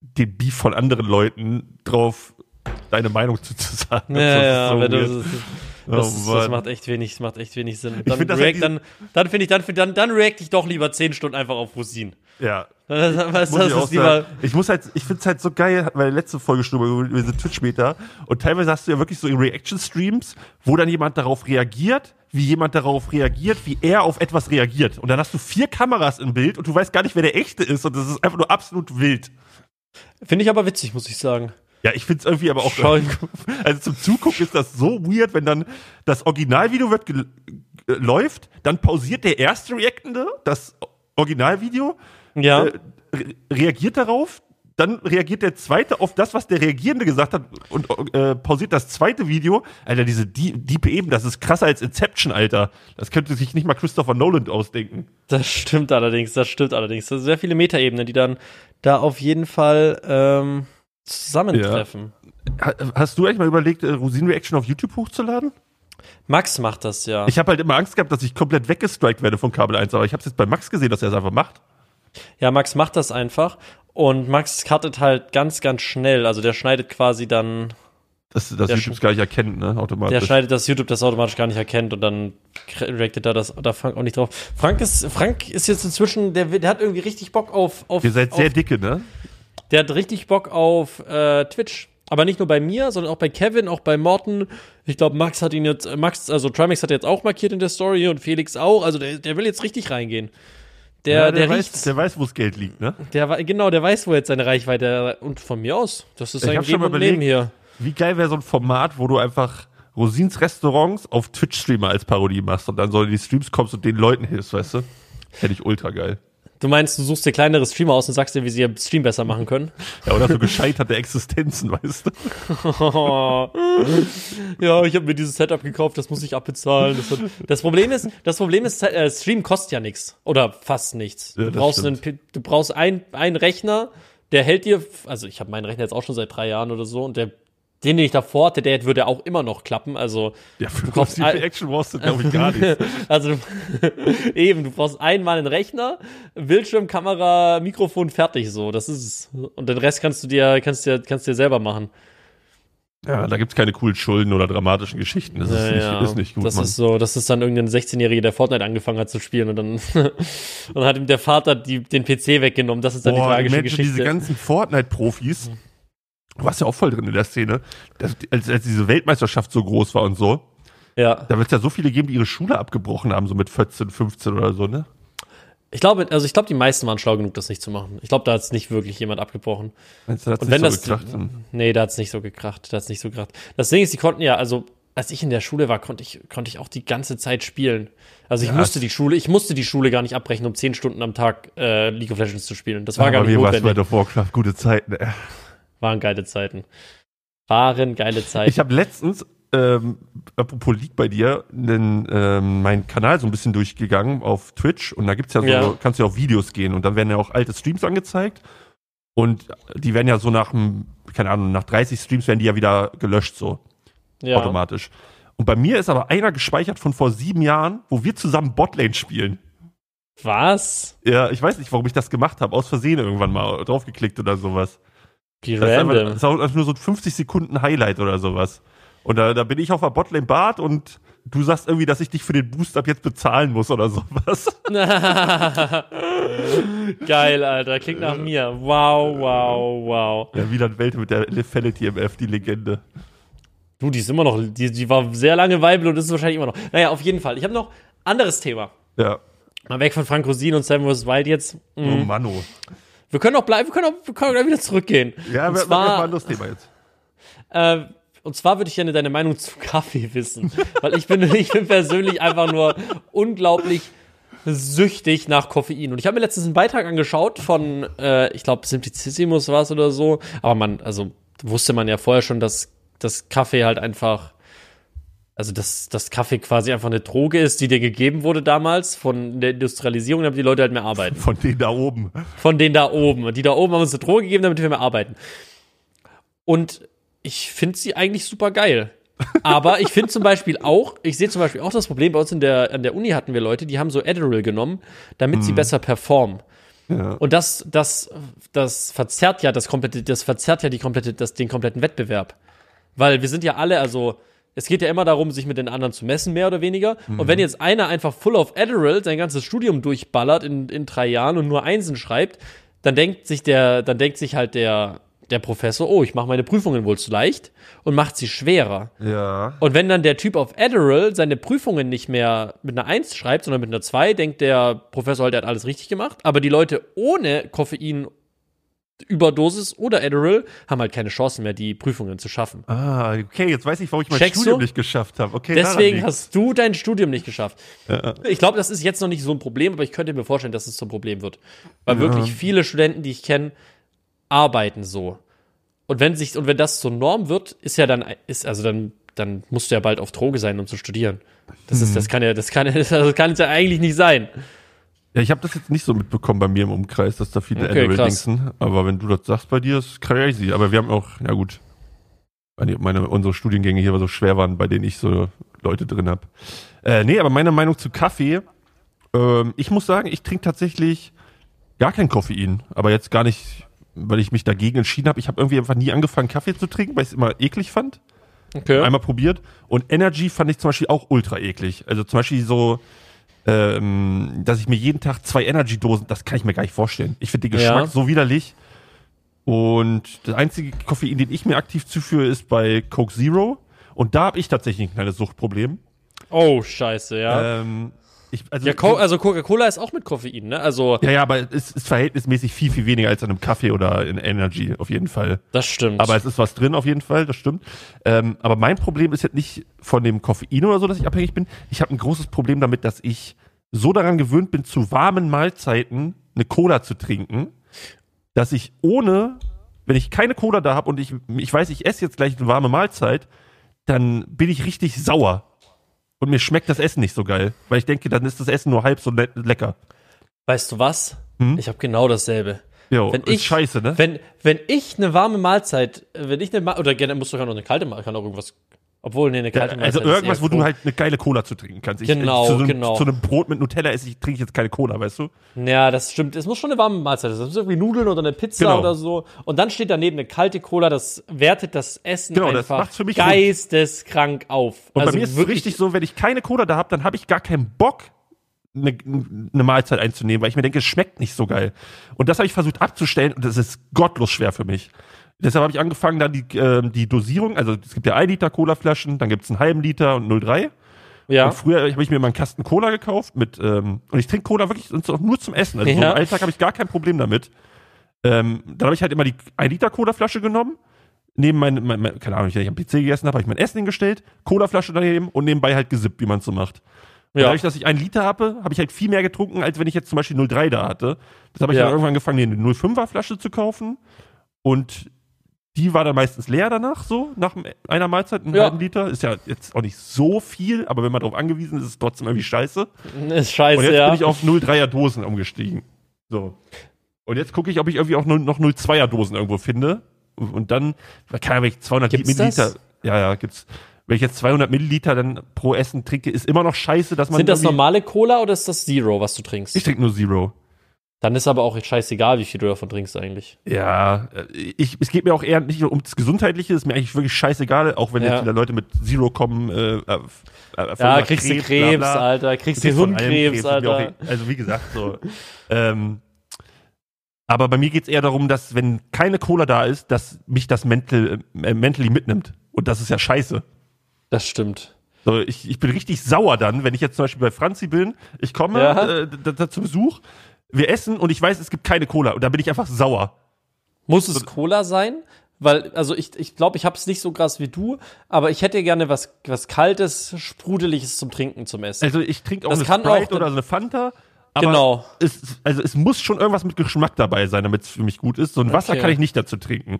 den Beef von anderen Leuten drauf deine Meinung zu, zu sagen.
ja,
Das ist
ja,
so
wenn du,
weird.
das, das, ist- das
Mann.
macht echt wenig, das macht echt wenig Sinn. Dann
find das
react,
halt
dann, dann finde ich, dann, dann, dann react ich doch lieber 10 Stunden einfach auf Rosin. <laughs>
Ja,
Das, das,
Muss
das
ich, auch
ist lieber,
sagen. ich muss halt, ich find's halt so geil, weil letzte Folge schon über, über diese Twitch-Meter und teilweise hast du ja wirklich so Reaction-Streams, wo dann jemand darauf reagiert, wie jemand darauf reagiert, wie er auf etwas reagiert. Und dann hast du vier Kameras im Bild und du weißt gar nicht, wer der echte ist und das ist einfach nur absolut wild.
finde ich aber witzig, muss ich sagen.
Ja, ich find's irgendwie aber auch.
Schau-
<laughs> Also zum Zugucken ist das so weird, wenn dann das Originalvideo wird gel- äh, läuft, dann pausiert der erste Reactende das Originalvideo
ja.
äh, re- reagiert darauf, dann reagiert der zweite auf das, was der Reagierende gesagt hat und äh, pausiert das zweite Video. Alter, diese die- diepe Ebene, das ist krasser als Inception, Alter. Das könnte sich nicht mal Christopher Nolan ausdenken.
Das stimmt allerdings, das stimmt allerdings. Das sind sehr viele Metaebenen, die dann da auf jeden Fall ähm, zusammentreffen.
Ha- Hast du eigentlich mal überlegt, äh, Rosin-Reaction auf YouTube hochzuladen?
Max macht das ja.
Ich habe halt immer Angst gehabt, dass ich komplett weggestrikt werde von Kabel 1, aber ich habe es jetzt bei Max gesehen, dass er es einfach macht.
Ja, Max macht das einfach. Und Max cuttet halt ganz, ganz schnell. Also der schneidet quasi dann,
Dass, dass
Ja,
YouTube es gar nicht erkennt, ne?
der
Automatisch.
schneidet, dass YouTube das automatisch gar nicht erkennt und dann reactet da das, da Frank auch nicht drauf. Frank ist, Frank ist jetzt inzwischen, der, wird- der hat irgendwie richtig Bock auf, auf,
Ihr seid
auf
sehr dicke, ne?
Der hat richtig Bock auf äh, Twitch. Aber nicht nur bei mir, sondern auch bei Kevin, auch bei Morten. Ich glaube, Max hat ihn jetzt, äh, Max, also Trimax hat er jetzt auch markiert in der Story und Felix auch. Also der, der will jetzt richtig reingehen. Der,
Ja,
der,
weiß,
riecht's.
der weiß, wo das Geld liegt, ne?
Der, wei- genau, der weiß, wo jetzt seine Reichweite und von mir aus. Das ist
Ich
ein
hab schon
Geben
mal
und Nehmen hier.
Wie geil wäre so ein Format, wo du einfach Rosins Restaurants auf Twitch-Streamer als Parodie machst und dann so in die Streams kommst und den Leuten hilfst, weißt du? Hätte ich ultra geil.
Du meinst, du suchst dir kleinere Streamer aus und sagst dir, wie sie ihr Stream besser machen können?
Ja, oder so gescheiterte Existenzen, <laughs> weißt du?
ja, ich habe mir dieses Setup gekauft, das muss ich abbezahlen. Das, hat, das Problem ist, das Problem ist, äh, Stream kostet ja nichts oder fast nichts.
Ja,
Du
das
brauchst, einen,
stimmt.
P- du brauchst ein- einen Rechner, der hält dir, also ich habe meinen Rechner jetzt auch schon seit drei Jahren oder so und der, den, den ich davor hatte, der hätte- würde auch immer noch klappen. Also <laughs>
Ja, für
Du kaufst
die
all-
Action Wars sind, glaube ich,
<laughs>
gar nichts.
Also du, eben, du brauchst einmal einen Rechner, Bildschirm, Kamera, Mikrofon, fertig so. Das ist es. Und den Rest kannst du dir, kannst dir, kannst dir selber machen.
Ja, da gibt's keine coolen Schulden oder dramatischen Geschichten. Das ist,
Ja,
nicht,
ja.
ist nicht gut,
Das
Mann.
ist so, das ist dann irgendein 16-Jähriger, der Fortnite angefangen hat zu spielen und dann, <laughs> und hat ihm der Vater die, den PC weggenommen. Das ist dann die
Boah,
tragische
Mensch, und
Geschichte.
diese ganzen Fortnite-Profis, du warst ja auch voll drin in der Szene, das, als, als diese Weltmeisterschaft so groß war und so,
ja.
da wird's ja so viele geben, die ihre Schule abgebrochen haben, so mit 14, 15 oder so, ne?
Ich glaube, also ich glaube, die meisten waren schlau genug, das nicht zu machen. Ich glaube, da hat es nicht wirklich jemand abgebrochen.
Meinst du, hat's
Und
nicht
wenn das-
gekracht? Hm. Dann-
Nee, da hat's nicht so gekracht. Da hat's nicht so gekracht. Das Ding ist, die konnten ja, also als ich in der Schule war, konnte ich, konnte ich auch die ganze Zeit spielen. Also ich
Ja,
musste
das-
die Schule, ich musste die Schule gar nicht abbrechen, um zehn Stunden am Tag äh, League of Legends zu spielen. Das war
Ja,
gar
bei
nicht
mir war's
notwendig.
World of Warcraft, gute Zeiten. ey.
Waren geile Zeiten. Waren geile Zeiten.
Ich habe letztens, ähm, apropos League bei dir, nen, ähm, meinen Kanal so ein bisschen durchgegangen auf Twitch und da gibt's ja so,
Ja.
kannst du ja auf Videos gehen und dann werden ja auch alte Streams angezeigt und die werden ja so nach, dem, keine Ahnung, nach 30 Streams werden die ja wieder gelöscht so
ja.
automatisch. Und bei mir ist aber einer gespeichert von vor sieben Jahren, wo wir zusammen Botlane spielen.
Was?
Ja, ich weiß nicht, warum ich das gemacht habe. Aus Versehen irgendwann mal draufgeklickt oder sowas.
Wie
Das ist, einfach, das
random.
ist auch einfach nur so ein 50 Sekunden Highlight oder sowas. Und da, da bin ich auf der Botlane Bart und du sagst irgendwie, dass ich dich für den Boost ab jetzt bezahlen muss oder sowas.
<laughs> Geil, Alter. Klingt nach mir. Wow, wow, wow.
<laughs> Ja, Wieland Welte mit der Lethality MF, die Legende.
Du, die ist immer noch, die, die war sehr lange Weibel und ist es wahrscheinlich immer noch. Naja, auf jeden Fall. Ich habe noch anderes Thema.
Ja.
Mal weg von Frank Rosin und Sam vs. Wild jetzt.
Oh Manno.
Wir können auch bleiben, wir können auch, wir können auch gleich wieder zurückgehen.
Ja,
und,
wir machen ein
zwar,
anderes Thema jetzt.
äh, und zwar würde ich gerne deine Meinung zu <laughs> Kaffee wissen. Weil ich bin, <laughs> ich bin persönlich einfach nur unglaublich süchtig nach Koffein. Und ich habe mir letztens einen Beitrag angeschaut von, äh, ich glaube, Simplicissimus war es oder so. Aber man, also wusste man ja vorher schon, dass, dass Kaffee halt einfach also dass, dass Kaffee quasi einfach eine Droge ist, die dir gegeben wurde damals von der Industrialisierung, damit die Leute halt mehr arbeiten.
Von denen da oben.
von denen da oben. Und die da oben haben uns eine Droge gegeben, damit wir mehr arbeiten. Und ich finde sie eigentlich super geil. Aber ich finde zum Beispiel auch, ich sehe zum Beispiel auch das Problem, bei uns in der, an der Uni hatten wir Leute, die haben so Adderall genommen, damit sie besser performen. Und das, das, das verzerrt ja das komplette, das verzerrt ja die komplette, das, den kompletten Wettbewerb. Weil wir sind ja alle, also es geht ja immer darum, sich mit den anderen zu messen, mehr oder weniger. Und wenn jetzt einer einfach full of Adderall sein ganzes Studium durchballert in, in drei Jahren und nur Einsen schreibt, dann denkt sich der, dann denkt sich halt der, der Professor, oh, ich mache meine Prüfungen wohl zu leicht und macht sie schwerer.
Ja.
Und wenn dann der Typ auf Adderall seine Prüfungen nicht mehr mit einer 1 schreibt, sondern mit einer 2, denkt der Professor halt, er hat alles richtig gemacht. Aber die Leute ohne Koffein, Überdosis oder Adderall haben halt keine Chancen mehr, die Prüfungen zu schaffen.
Ah, okay, jetzt weiß ich, warum ich mein
Checkst
Studium
du?
nicht geschafft habe. Okay, daran
Deswegen
liegt's.
hast du dein Studium nicht geschafft. Ich glaube, das ist jetzt noch nicht so ein Problem, aber ich könnte mir vorstellen, dass es zum Problem wird. Weil wirklich viele Studenten, die ich kenne, arbeiten so. Und wenn sich, und wenn das zur Norm wird, ist ja dann, ist, also dann, dann musst du ja bald auf Droge sein, um zu studieren. Das
Mhm.
ist, das kann ja, das kann, <laughs> das kann es ja eigentlich nicht sein.
Ja, ich habe das jetzt nicht so mitbekommen bei mir im Umkreis, dass da viele
Okay,
Adderall
krass.
dingsen. Aber wenn du das sagst bei dir, ist crazy. Aber wir haben auch, ja gut, meine, meine, unsere Studiengänge hier so schwer waren, bei denen ich so Leute drin habe. Äh, nee, aber meine Meinung zu Kaffee, ähm, ich muss sagen, ich trinke tatsächlich gar kein Koffein, aber jetzt gar nicht, weil ich mich dagegen entschieden habe. Ich habe irgendwie einfach nie angefangen, Kaffee zu trinken, weil ich es immer eklig fand.
Okay.
Einmal probiert. Und Energy fand ich zum Beispiel auch ultra eklig. Also zum Beispiel so, ähm, dass ich mir jeden Tag zwei Energy-Dosen, das kann ich mir gar nicht vorstellen. Ich finde den Geschmack
Ja.
so widerlich. Und das einzige Koffein, den ich mir aktiv zuführe, ist bei Coke Zero. Und da habe ich tatsächlich ein kleines Suchtproblem.
oh, scheiße, ja.
Ähm, ich, also,
ja, Co also Coca-Cola ist auch mit Koffein, ne? Also,
ja, ja, aber es ist verhältnismäßig viel, viel weniger als an einem Kaffee oder in Energy, auf jeden Fall.
das stimmt.
Aber es ist was drin auf jeden Fall, das stimmt. Ähm, aber mein Problem ist jetzt nicht von dem Koffein oder so, dass ich abhängig bin. Ich habe ein großes Problem damit, dass ich so daran gewöhnt bin, zu warmen Mahlzeiten eine Cola zu trinken, dass ich ohne, wenn ich keine Cola da habe und ich, ich weiß, ich esse jetzt gleich eine warme Mahlzeit, dann bin ich richtig sauer. Und mir schmeckt das Essen nicht so geil, weil ich denke, dann ist das Essen nur halb so le lecker.
weißt du was?
Hm?
Ich habe genau dasselbe.
Jo,
Wenn
ist
ich-
scheiße, ne?
Wenn, wenn ich eine warme Mahlzeit, äh, wenn ich eine, Ma oder gerne, muss sogar noch eine kalte Mahlzeit, kann auch irgendwas, obwohl, nee, eine
Ja,
kalte Mahlzeit.
also
ist
irgendwas,
eher
wo du
froh.
halt eine geile Cola zu trinken kannst. Ich,
Genau,
ich, zu einem,
genau.
Zu einem Brot mit Nutella esse ich, trinke ich jetzt keine Cola, weißt du?
Ja, das stimmt. Es muss schon eine warme Mahlzeit sein. Es muss irgendwie Nudeln oder eine Pizza
Genau.
oder so. Und dann steht daneben eine kalte Cola, das wertet das Essen
Genau, das
einfach
macht's für mich
geisteskrank auf.
Und
Also
bei mir ist es richtig so, wenn ich keine Cola da habe, dann habe ich gar keinen Bock, eine, eine Mahlzeit einzunehmen, weil ich mir denke, es schmeckt nicht so geil. Und das habe ich versucht abzustellen und das ist gottlos schwer für mich. Deshalb habe ich angefangen, dann die, ähm, die Dosierung, also es gibt ja 1 Liter Cola-Flaschen, dann gibt es einen halben Liter und 0,3.
Ja.
Und früher habe ich mir mal einen Kasten Cola gekauft mit, ähm, und ich trinke Cola wirklich und so- nur zum Essen. Also so
Ja.
im Alltag habe ich gar kein Problem damit. Ähm, dann habe ich halt immer die 1 Liter Cola-Flasche genommen, neben mein, mein, mein keine Ahnung, wenn ich am PC gegessen habe, habe ich mein Essen hingestellt, Cola-Flasche daneben und nebenbei halt gesippt, wie man es so macht. Und
Ja.
Dadurch, dass ich einen Liter habe, habe ich halt viel mehr getrunken, als wenn ich jetzt zum Beispiel 0,3 da hatte. Das habe ich
Ja.
dann irgendwann angefangen, mir eine 0,5er Flasche zu kaufen und die war dann meistens leer danach, so, nach m- einer Mahlzeit, einen
Ja.
halben Liter. Ist ja jetzt auch nicht so viel, aber wenn man darauf angewiesen ist, ist es trotzdem irgendwie scheiße.
<laughs> Ist scheiße,
Und jetzt
ja.
bin ich auf 0,3er Dosen umgestiegen. So. Und jetzt gucke ich, ob ich irgendwie auch nur- noch 0,2er Dosen irgendwo finde. Und dann, keine Ahnung, wenn ich 200
Gibt's
Milliliter.
das?
Ja, ja, gibt's. Wenn ich jetzt 200 Milliliter dann pro Essen trinke, ist immer noch scheiße, dass man.
Sind das
irgendwie-
normale Cola oder ist das Zero, was du trinkst?
Ich trinke nur Zero.
Dann ist aber auch scheißegal, wie viel du davon trinkst eigentlich.
Ja, äh, ich, es geht mir auch eher nicht um das Gesundheitliche, ist mir eigentlich wirklich scheißegal, auch wenn
Ja.
jetzt wieder Leute mit Zero kommen. Äh, äh, äh,
Ja,
Vollmer
kriegst du
bla,
Krebs,
bla.
Alter. Kriegst du
Kriegst von allem
Hirnkrebs,
ist mir auch
Alter.
e- Also wie gesagt, so. ähm, aber bei mir geht's eher darum, dass wenn keine Cola da ist, dass mich das mental, äh, mentally mitnimmt. Und das ist ja scheiße.
Das stimmt.
So, ich, ich bin richtig sauer dann, wenn ich jetzt zum Beispiel bei Franzi bin, ich komme
Ja.
äh, da, da zu Besuch, wir essen und ich weiß, es gibt keine Cola. Und da bin ich einfach sauer.
Muss es Cola sein? Weil, also ich glaube, ich, glaub, ich habe es nicht so krass wie du, aber ich hätte gerne was, was Kaltes, Sprudeliges zum Trinken, zum Essen.
Also ich trinke auch
Das
eine
kann
Sprite
auch-
oder so eine Fanta. Aber
Genau.
Es, also es muss schon irgendwas mit Geschmack dabei sein, damit es für mich gut ist. So ein Wasser
Okay.
kann ich nicht dazu trinken.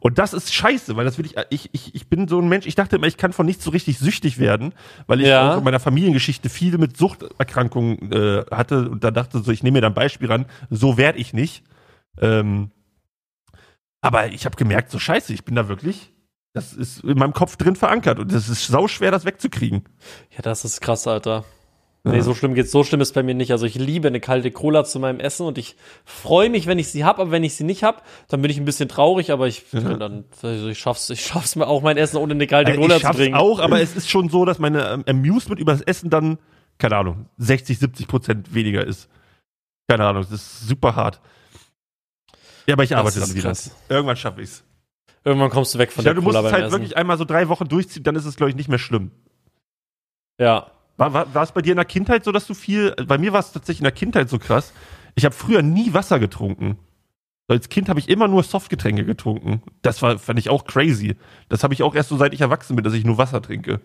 Und das ist scheiße, weil das will ich, ich, ich, ich bin so ein Mensch, ich dachte immer, ich kann von nichts so richtig süchtig werden, weil ich
Ja.
auch in meiner Familiengeschichte viel mit Suchterkrankungen äh, hatte und da dachte so, ich nehme mir dann Beispiel ran, so werd ich nicht. Ähm, aber ich habe gemerkt, so scheiße, ich bin da wirklich, das ist in meinem Kopf drin verankert und das ist sauschwer, das wegzukriegen.
Ja, das ist krass, Alter.
Ja.
Nee, so schlimm geht's. So schlimm ist bei mir nicht. Also ich liebe eine kalte Cola zu meinem Essen und ich freue mich, wenn ich sie hab, aber wenn ich sie nicht hab, dann bin ich ein bisschen traurig, aber ich kann dann, also ich schaff's, ich schaff's mir auch mein Essen ohne eine kalte
Also
Cola
ich
Halt
schaff's
zu trinken.
auch, aber es ist schon so, dass meine ähm, Amusement über das Essen dann, keine Ahnung, 60, 70 Prozent weniger ist. Keine Ahnung, das ist super hart. Ja, aber ich arbeite
ist
dann wieder.
krass.
Irgendwann schaffe ich's.
Irgendwann kommst du weg
Ich
von
glaube,
der
du musst
Cola
es
beim
halt
Essen.
wirklich einmal so drei Wochen durchziehen, dann ist es, glaube ich, nicht mehr schlimm.
ja.
War, war, war es bei dir in der Kindheit so, dass du viel. Bei mir war es tatsächlich in der Kindheit so krass. Ich habe früher nie Wasser getrunken. Als Kind habe ich immer nur Softgetränke getrunken. Das war, fand ich auch crazy. Das habe ich auch erst so, seit ich erwachsen bin, dass ich nur Wasser trinke.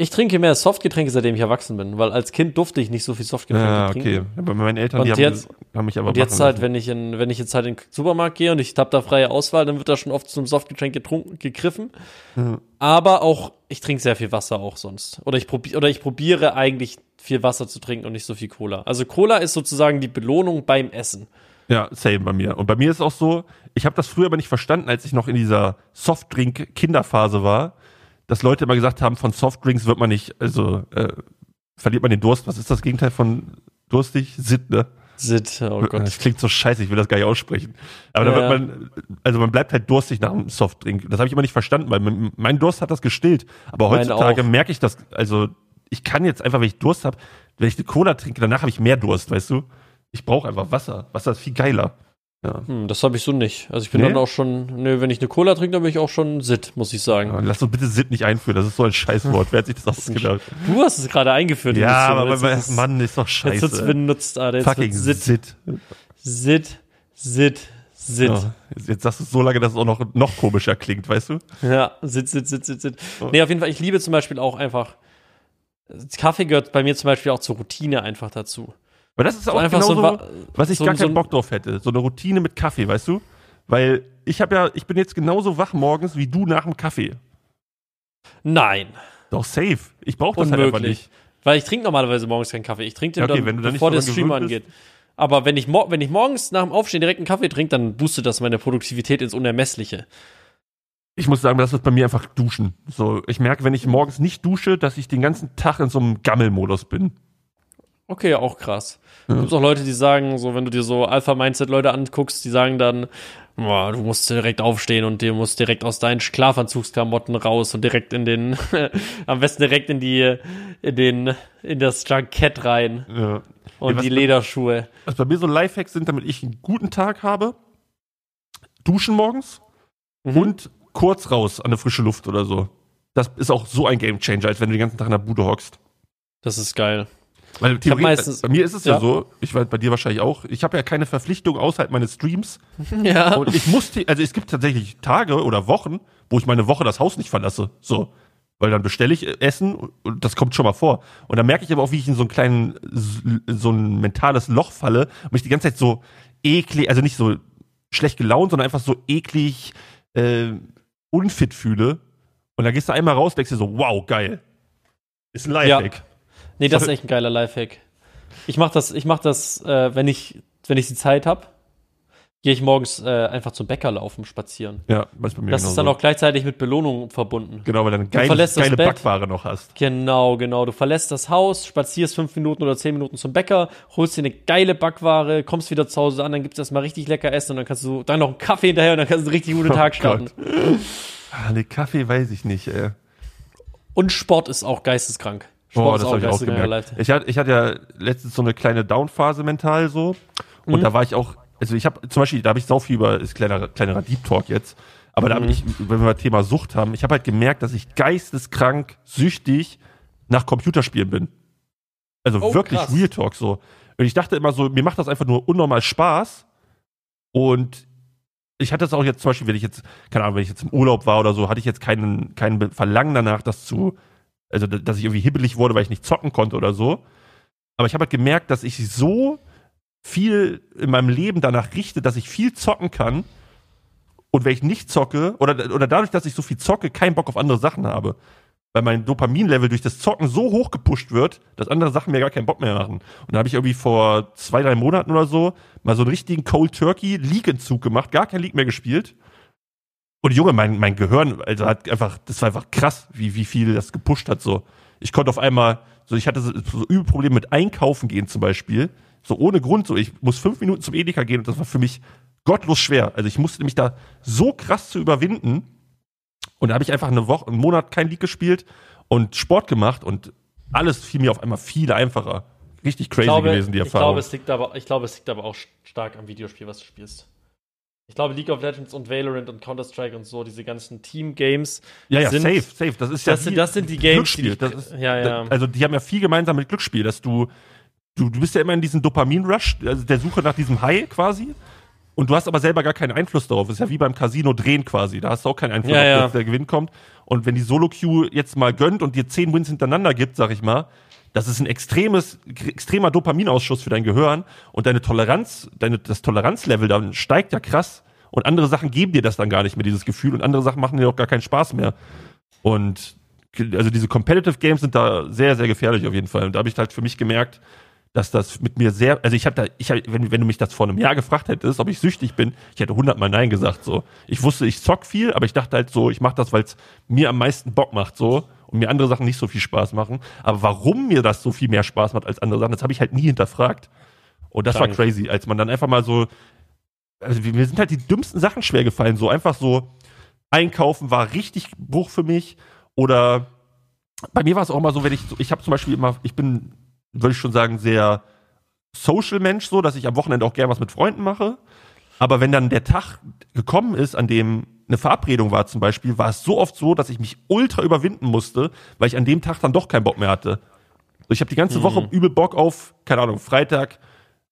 Ich trinke mehr Softgetränke, seitdem ich erwachsen bin, weil als Kind durfte ich nicht so viel Softgetränke
Ja,
trinken.
okay. Aber meine Eltern, die
Und
haben,
jetzt-
haben mich aber
Und jetzt
machen
halt,
lassen.
wenn ich in, wenn ich jetzt halt in den Supermarkt gehe und ich habe da freie Auswahl, dann wird da schon oft zum Softgetränk getrunken, gegriffen. Aber auch, ich trinke sehr viel Wasser auch sonst. Oder ich probiere, oder ich probiere eigentlich viel Wasser zu trinken und nicht so viel Cola. Also Cola ist sozusagen die Belohnung beim Essen.
Ja, same bei mir. Und bei mir ist auch so, ich habe das früher aber nicht verstanden, als ich noch in dieser Softdrink-Kinderphase war, dass Leute immer gesagt haben, von Softdrinks wird man nicht, also äh, verliert man den Durst. Was ist das Gegenteil von durstig? Sitt, ne?
Sit, oh Gott.
Das klingt so scheiße, ich will das gar nicht aussprechen. Aber da
Ja,
wird man, also man bleibt halt durstig nach einem Softdrink. Das habe ich immer nicht verstanden, weil mein mein Durst hat das gestillt. Aber
Meine
heutzutage
auch.
merke ich das, also ich kann jetzt einfach, wenn ich Durst habe, wenn ich eine Cola trinke, danach habe ich mehr Durst, weißt du? Ich brauche einfach Wasser. Wasser ist viel geiler. Ja.
Hm, das habe ich so nicht. Also ich bin
Nee?
dann auch schon, nö, wenn ich eine Cola trinke, dann bin ich auch schon Sit, muss ich sagen.
Ja, Lass uns bitte Sit nicht einführen, das ist so ein Scheißwort. Wer hat sich
<laughs>
das
ist nicht
ausgedacht?
Du hast es gerade eingeführt.
Ja,
Lucien,
aber
jetzt
aber-
ist es-
Mann, ist doch
Jetzt wird's
scheiße.
benutzt, Alter. Jetzt
Fucking
wird's Sit, Sit,
Sit.
Sit, Sit.
Ja. Jetzt jetzt sagst du es so lange, dass es auch noch, noch komischer klingt, weißt du?
Ja, Sit, Sit, Sit, Sit, Sit. Nee, auf jeden Fall, ich liebe zum Beispiel auch einfach. Kaffee gehört bei mir zum Beispiel auch zur Routine einfach dazu.
Aber das ist auch
einfach
genauso,
so ein Wa-
was ich
so ein-
gar keinen
so ein-
Bock drauf hätte. So eine Routine mit Kaffee, weißt du? Weil ich habe ja, ich bin jetzt genauso wach morgens wie du nach dem Kaffee.
Nein,
Doch safe. Ich brauche das halt einfach
unmöglich.
nicht.
Weil ich trinke normalerweise morgens keinen Kaffee. Ich trinke den
Ja, okay,
dann,
wenn du da nicht
bevor der
dran
Stream
gewöhnt bist.
angeht. Aber wenn ich, mor- wenn ich morgens nach dem Aufstehen direkt einen Kaffee trinke, dann boostet das meine Produktivität ins Unermessliche.
Ich muss sagen, das wird bei mir einfach duschen. So, ich merke, wenn ich morgens nicht dusche, dass ich den ganzen Tag in so einem Gammelmodus bin.
Okay, auch krass.
Ja.
Gibt auch Leute, die sagen, so wenn du dir so Alpha-Mindset-Leute anguckst, die sagen dann, "Boah, du musst direkt aufstehen und du musst direkt aus deinen Schlafanzugsklamotten raus und direkt in den, <laughs> am besten direkt in die, in den, in das Jankett rein
Ja.
und
was-
die Lederschuhe.
Was bei mir so Lifehacks sind, damit ich einen guten Tag habe, duschen morgens
Mhm.
und kurz raus an eine frische Luft oder so. Das ist auch so ein Gamechanger, als wenn du den ganzen Tag in der Bude hockst.
Das ist geil.
<laughs> Weil
hab
Theorie,
meistens-
bei mir ist es ja,
Ja.
so, ich weiß bei dir wahrscheinlich auch, ich habe ja keine Verpflichtung außerhalb meines Streams.
ja.
Und ich musste, also es gibt tatsächlich Tage oder Wochen, wo ich meine Woche das Haus nicht verlasse. So. Weil dann bestelle ich äh, Essen und das kommt schon mal vor. Und dann merke ich aber auch, wie ich in so einen kleinen, s- so ein mentales Loch falle und mich die ganze Zeit so eklig, also nicht so schlecht gelaunt, sondern einfach so eklig äh, unfit fühle. Und dann gehst du einmal raus, denkst dir so, wow, geil. Ist ein Lifehack.
Nee, das ist echt ein geiler Lifehack. Ich mach das, ich mach das, äh, wenn ich, wenn ich die Zeit habe, gehe ich morgens äh, einfach zum Bäcker laufen, spazieren.
Ja, genau was bei mir
Das
genauso.
ist dann auch gleichzeitig mit Belohnung verbunden.
Genau, weil du eine geile,
verlässt das
geile
Bett.
Backware noch hast.
Genau, genau. Du verlässt das Haus, spazierst fünf Minuten oder zehn Minuten zum Bäcker, holst dir eine geile Backware, kommst wieder zu Hause an, dann gibt's erstmal richtig lecker Essen und dann kannst du dann noch einen Kaffee hinterher und dann kannst du einen
<laughs>
richtig
Oh
guten Tag starten.
Ah, ne, Kaffee weiß ich nicht, ey.
Und Sport ist auch geisteskrank. Sport
Boah,
ist
Oh, das habe ich auch gemerkt.
Leid.
Ich hatte, ich hatte ja letztens so eine kleine Down-Phase mental so. Und
Mhm.
da war ich auch, also ich habe zum Beispiel, da habe ich sau viel über, ist kleiner, kleinerer Deep Talk jetzt. Aber da
Mhm.
habe ich, wenn wir Thema Sucht haben, ich habe halt gemerkt, dass ich geisteskrank, süchtig nach Computerspielen bin. Also
Oh,
wirklich
krass.
Real Talk so. Und ich dachte immer so, mir macht das einfach nur unnormal Spaß. Und ich hatte das auch jetzt zum Beispiel, wenn ich jetzt, keine Ahnung, wenn ich jetzt im Urlaub war oder so, hatte ich jetzt keinen, keinen Be- Verlangen danach, das zu, also d- dass ich irgendwie hibbelig wurde, weil ich nicht zocken konnte oder so. Aber ich habe halt gemerkt, dass ich so viel in meinem Leben danach richte, dass ich viel zocken kann. Und wenn ich nicht zocke, oder, oder dadurch, dass ich so viel zocke, keinen Bock auf andere Sachen habe. Weil mein Dopaminlevel durch das Zocken so hoch gepusht wird, dass andere Sachen mir gar keinen Bock mehr machen. Und da habe ich irgendwie vor zwei, drei Monaten oder so mal so einen richtigen Cold Turkey League-Entzug gemacht, gar kein League mehr gespielt. Und Junge, mein, mein Gehirn, also hat einfach, das war einfach krass, wie, wie viel das gepusht hat, so. Ich konnte auf einmal, so, ich hatte so, so übel Probleme mit Einkaufen gehen zum Beispiel. So ohne Grund, so, ich muss fünf Minuten zum Edeka gehen und das war für mich gottlos schwer. Also ich musste mich da so krass zu überwinden. Und da habe ich einfach eine Woche, einen Monat kein League gespielt und Sport gemacht und alles fiel mir auf einmal viel einfacher. Richtig crazy
Ich glaube,
gewesen, die
ich, glaube,
Erfahrung.
es liegt aber, ich glaube, es liegt aber auch stark am Videospiel, was du spielst. Ich glaube, League of Legends und Valorant und Counter-Strike und so, diese ganzen Team-Games,
ja, ja,
sind-
safe, safe. Das ist ja
das, sind-
wie-
das sind die Games, die
Glücksspiel.
dich-
Das ist,
ja, ja.
Also die haben ja viel gemeinsam mit Glücksspiel, dass du, du, du bist ja immer in diesem Dopamin-Rush, also der Suche nach diesem High quasi. Und du hast aber selber gar keinen Einfluss darauf. Ist ja wie beim Casino drehen quasi. Da hast du auch keinen Einfluss,
Ja,
ob
ja.
Jetzt der Gewinn kommt. Und wenn die Solo-Queue jetzt mal gönnt und dir 10 Wins hintereinander gibt, sag ich mal, das ist ein extremes, extremer Dopaminausschuss für dein Gehirn und deine Toleranz, deine, das Toleranzlevel dann steigt ja krass und andere Sachen geben dir das dann gar nicht mehr, dieses Gefühl und andere Sachen machen dir auch gar keinen Spaß mehr. Und also diese Competitive Games sind da sehr, sehr gefährlich auf jeden Fall. Und da habe ich halt für mich gemerkt, dass das mit mir sehr, also ich habe da, ich hab, wenn, wenn du mich das vor einem Jahr gefragt hättest, ob ich süchtig bin, ich hätte hundertmal Nein gesagt. So, ich wusste, ich zock viel, aber ich dachte halt so, ich mache das, weil es mir am meisten Bock macht, so und mir andere Sachen nicht so viel Spaß machen. Aber warum mir das so viel mehr Spaß macht als andere Sachen, das habe ich halt nie hinterfragt. Und das war
Krank.
crazy, als man dann einfach mal so, also wir- mir sind halt die dümmsten Sachen schwer gefallen, so einfach so einkaufen war richtig Bruch für mich oder bei mir war es auch immer so, wenn ich, so- ich habe zum Beispiel immer, ich bin, würde ich schon sagen, sehr social Mensch, so, dass ich am Wochenende auch gern was mit Freunden mache. Aber wenn dann der Tag gekommen ist, an dem eine Verabredung war zum Beispiel, war es so oft so, dass ich mich ultra überwinden musste, weil ich an dem Tag dann doch keinen Bock mehr hatte. So, Ich habe die ganze Woche
Mhm.
übel Bock auf, keine Ahnung, Freitag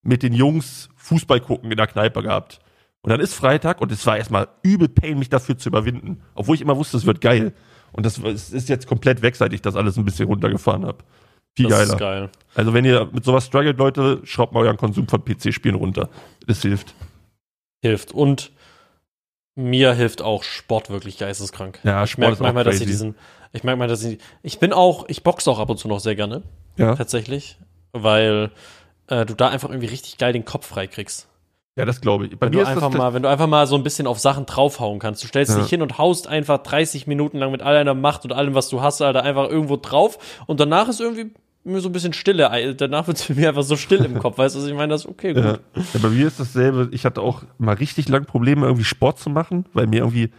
mit den Jungs Fußball gucken in der Kneipe gehabt. Und dann ist Freitag und es war erstmal übel Pain, mich dafür zu überwinden. Obwohl ich immer wusste, es wird geil. Und das war- es ist jetzt komplett weg, seit ich das alles ein bisschen runtergefahren habe. Viel
Das
geiler.
ist geil.
Also wenn ihr mit sowas struggelt, Leute, schraubt mal euren Konsum von PC-Spielen runter. Das hilft.
Hilft. Und mir hilft auch Sport wirklich geisteskrank.
Ja,
Ich merke manchmal, dass ich diesen, ich merke mal, dass ich, ich bin auch, ich boxe auch ab und zu noch sehr gerne,
ja.
tatsächlich, weil äh, du da einfach irgendwie richtig geil den Kopf frei kriegst.
ja, das glaube ich. Bei
Wenn
mir
du
ist
einfach
das,
mal, wenn du einfach mal so ein bisschen auf Sachen draufhauen kannst, du stellst
Ja.
dich hin und haust einfach 30 Minuten lang mit all deiner Macht und allem, was du hast, Alter, einfach irgendwo drauf und danach ist irgendwie mir so ein bisschen Stille. Ey, Danach wird es <laughs> mir einfach so still im Kopf, weißt du, was ich meine? Das ist okay, gut.
ja. ja, bei mir ist dasselbe. Ich hatte auch mal richtig lang Probleme, irgendwie Sport zu machen, weil mir irgendwie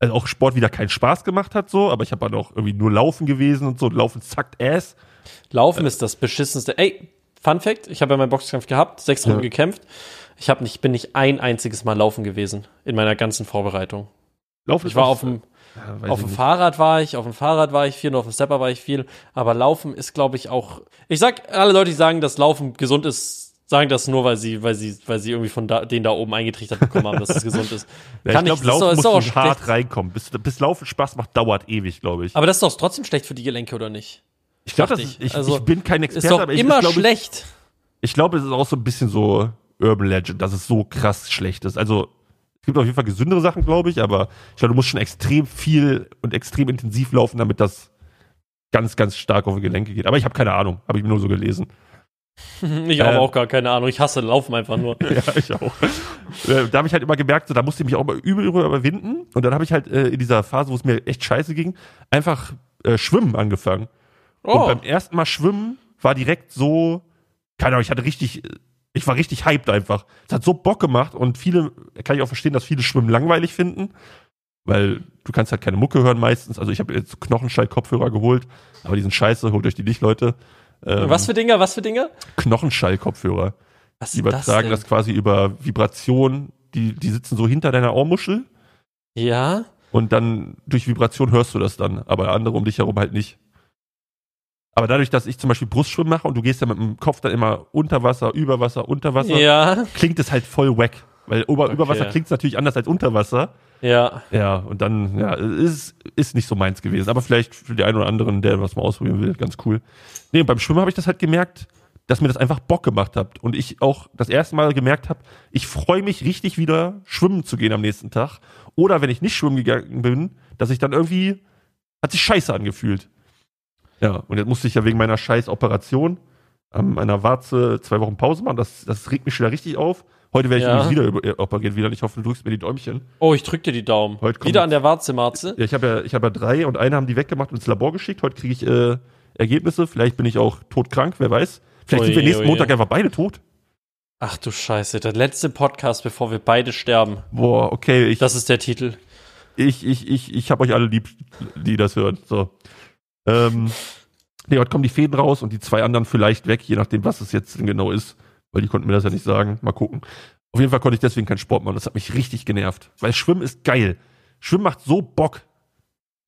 also auch Sport wieder keinen Spaß gemacht hat, so. Aber ich habe dann auch irgendwie nur Laufen gewesen und so. Laufen zackt Ass.
Laufen
Äh.
ist das beschissenste. Ey, Fun Fact, ich habe ja meinen Boxkampf gehabt, sechs Runden
Ja.
gekämpft. Ich hab nicht, bin nicht ein einziges Mal laufen gewesen in meiner ganzen Vorbereitung.
Laufen
Ich war auf dem,
ja, weiß
auf
ich
dem
nicht.
Fahrrad war ich, auf dem Fahrrad war ich viel, und auf dem Stepper war ich viel, aber Laufen ist, glaube ich, auch. Ich sag, alle Leute, die sagen, dass Laufen gesund ist, sagen das nur, weil sie, weil sie, weil sie irgendwie von da, den da oben eingetrichtert bekommen haben, dass es gesund ist.
<laughs> ja, ich
Kann
glaube,
das ist doch-
Laufen
ist doch
muss schon
auch
hart
schlecht.
reinkommen. Bis, bis Laufen Spaß macht, dauert ewig, glaube ich.
Aber das ist doch trotzdem schlecht für die Gelenke, oder nicht?
Ich glaube,
dachte
das ist,
ich.
ich,
Also,
ich bin kein Experte,
Ist doch
aber ich
immer
glaube, ich-
schlecht. <laughs>
Ich glaube, es ist auch so ein bisschen so Urban Legend, dass es so krass schlecht ist. Also es gibt auf jeden Fall gesündere Sachen, glaube ich, aber ich glaube, du musst schon extrem viel und extrem intensiv laufen, damit das ganz, ganz stark auf die Gelenke geht. Aber ich habe keine Ahnung, habe ich nur so gelesen. <laughs>
Ich habe
Ähm.
auch gar keine Ahnung. Ich hasse Laufen einfach nur.
ja, ich auch. Äh, da habe ich halt immer gemerkt, so, da musste ich mich auch mal übel drüber überwinden. Und dann habe ich halt äh, in dieser Phase, wo es mir echt scheiße ging, einfach äh, Schwimmen angefangen.
Oh,
Und beim ersten Mal schwimmen war direkt so, keine Ahnung, ich hatte richtig, ich war richtig hyped einfach. Es hat so Bock gemacht und viele, kann ich auch verstehen, dass viele Schwimmen langweilig finden, weil du kannst halt keine Mucke hören meistens. Also ich habe jetzt Knochenschall-Kopfhörer geholt, aber die sind scheiße, holt euch die nicht, Leute. Ähm,
was für Dinger, was für Dinger?
Knochenschall-Kopfhörer.
Was
Die übertragen das, quasi über Vibration, die, die sitzen so hinter deiner Ohrmuschel
Ja,
und dann durch Vibration hörst du das dann, aber andere um dich herum halt nicht. Aber dadurch, dass ich zum Beispiel Brustschwimmen mache und du gehst ja mit dem Kopf dann immer unter Wasser, über Wasser, unter Wasser,
ja,
klingt es halt voll wack. Weil ober, über Wasser klingt es natürlich anders als unter Wasser.
ja.
Ja, und dann, ja, ist, ist nicht so meins gewesen. Aber vielleicht für den einen oder anderen, der was mal ausprobieren will, ganz cool. Nee, und beim Schwimmen habe ich das halt gemerkt, dass mir das einfach Bock gemacht hat. Und ich auch das erste Mal gemerkt habe, ich freue mich richtig wieder, schwimmen zu gehen am nächsten Tag. Oder wenn ich nicht schwimmen gegangen bin, dass ich dann irgendwie, hat sich scheiße angefühlt. Ja, und jetzt musste ich ja wegen meiner scheiß Operation ähm, an meiner Warze zwei Wochen Pause machen. Das, das regt mich schon wieder richtig auf. Heute werde ich
Ja.
übrigens wieder über- äh, operiert, wieder. Ich hoffe, du drückst mir die Däumchen.
Oh, ich drück dir die Daumen.
Heute kommt-
Wieder an der Warze, Marze.
Ja, ich habe ja, ich hab ja drei und eine haben die weggemacht und ins Labor geschickt. Heute kriege ich äh, Ergebnisse. Vielleicht bin ich auch todkrank, wer weiß. Vielleicht sind wir
Oje,
nächsten
oje.
Montag einfach beide tot.
Ach du Scheiße, der letzte Podcast, bevor wir beide sterben.
Boah, okay, ich,
Das ist der Titel.
ich, ich, ich, ich habe euch alle lieb, die das hören. So. Ähm, nee, heute kommen die Fäden raus und die zwei anderen vielleicht weg, je nachdem, was es jetzt denn genau ist. Weil die konnten mir das ja nicht sagen. Mal gucken. Auf jeden Fall konnte ich deswegen keinen Sport machen. Das hat mich richtig genervt. Weil Schwimmen ist geil. Schwimmen macht so Bock.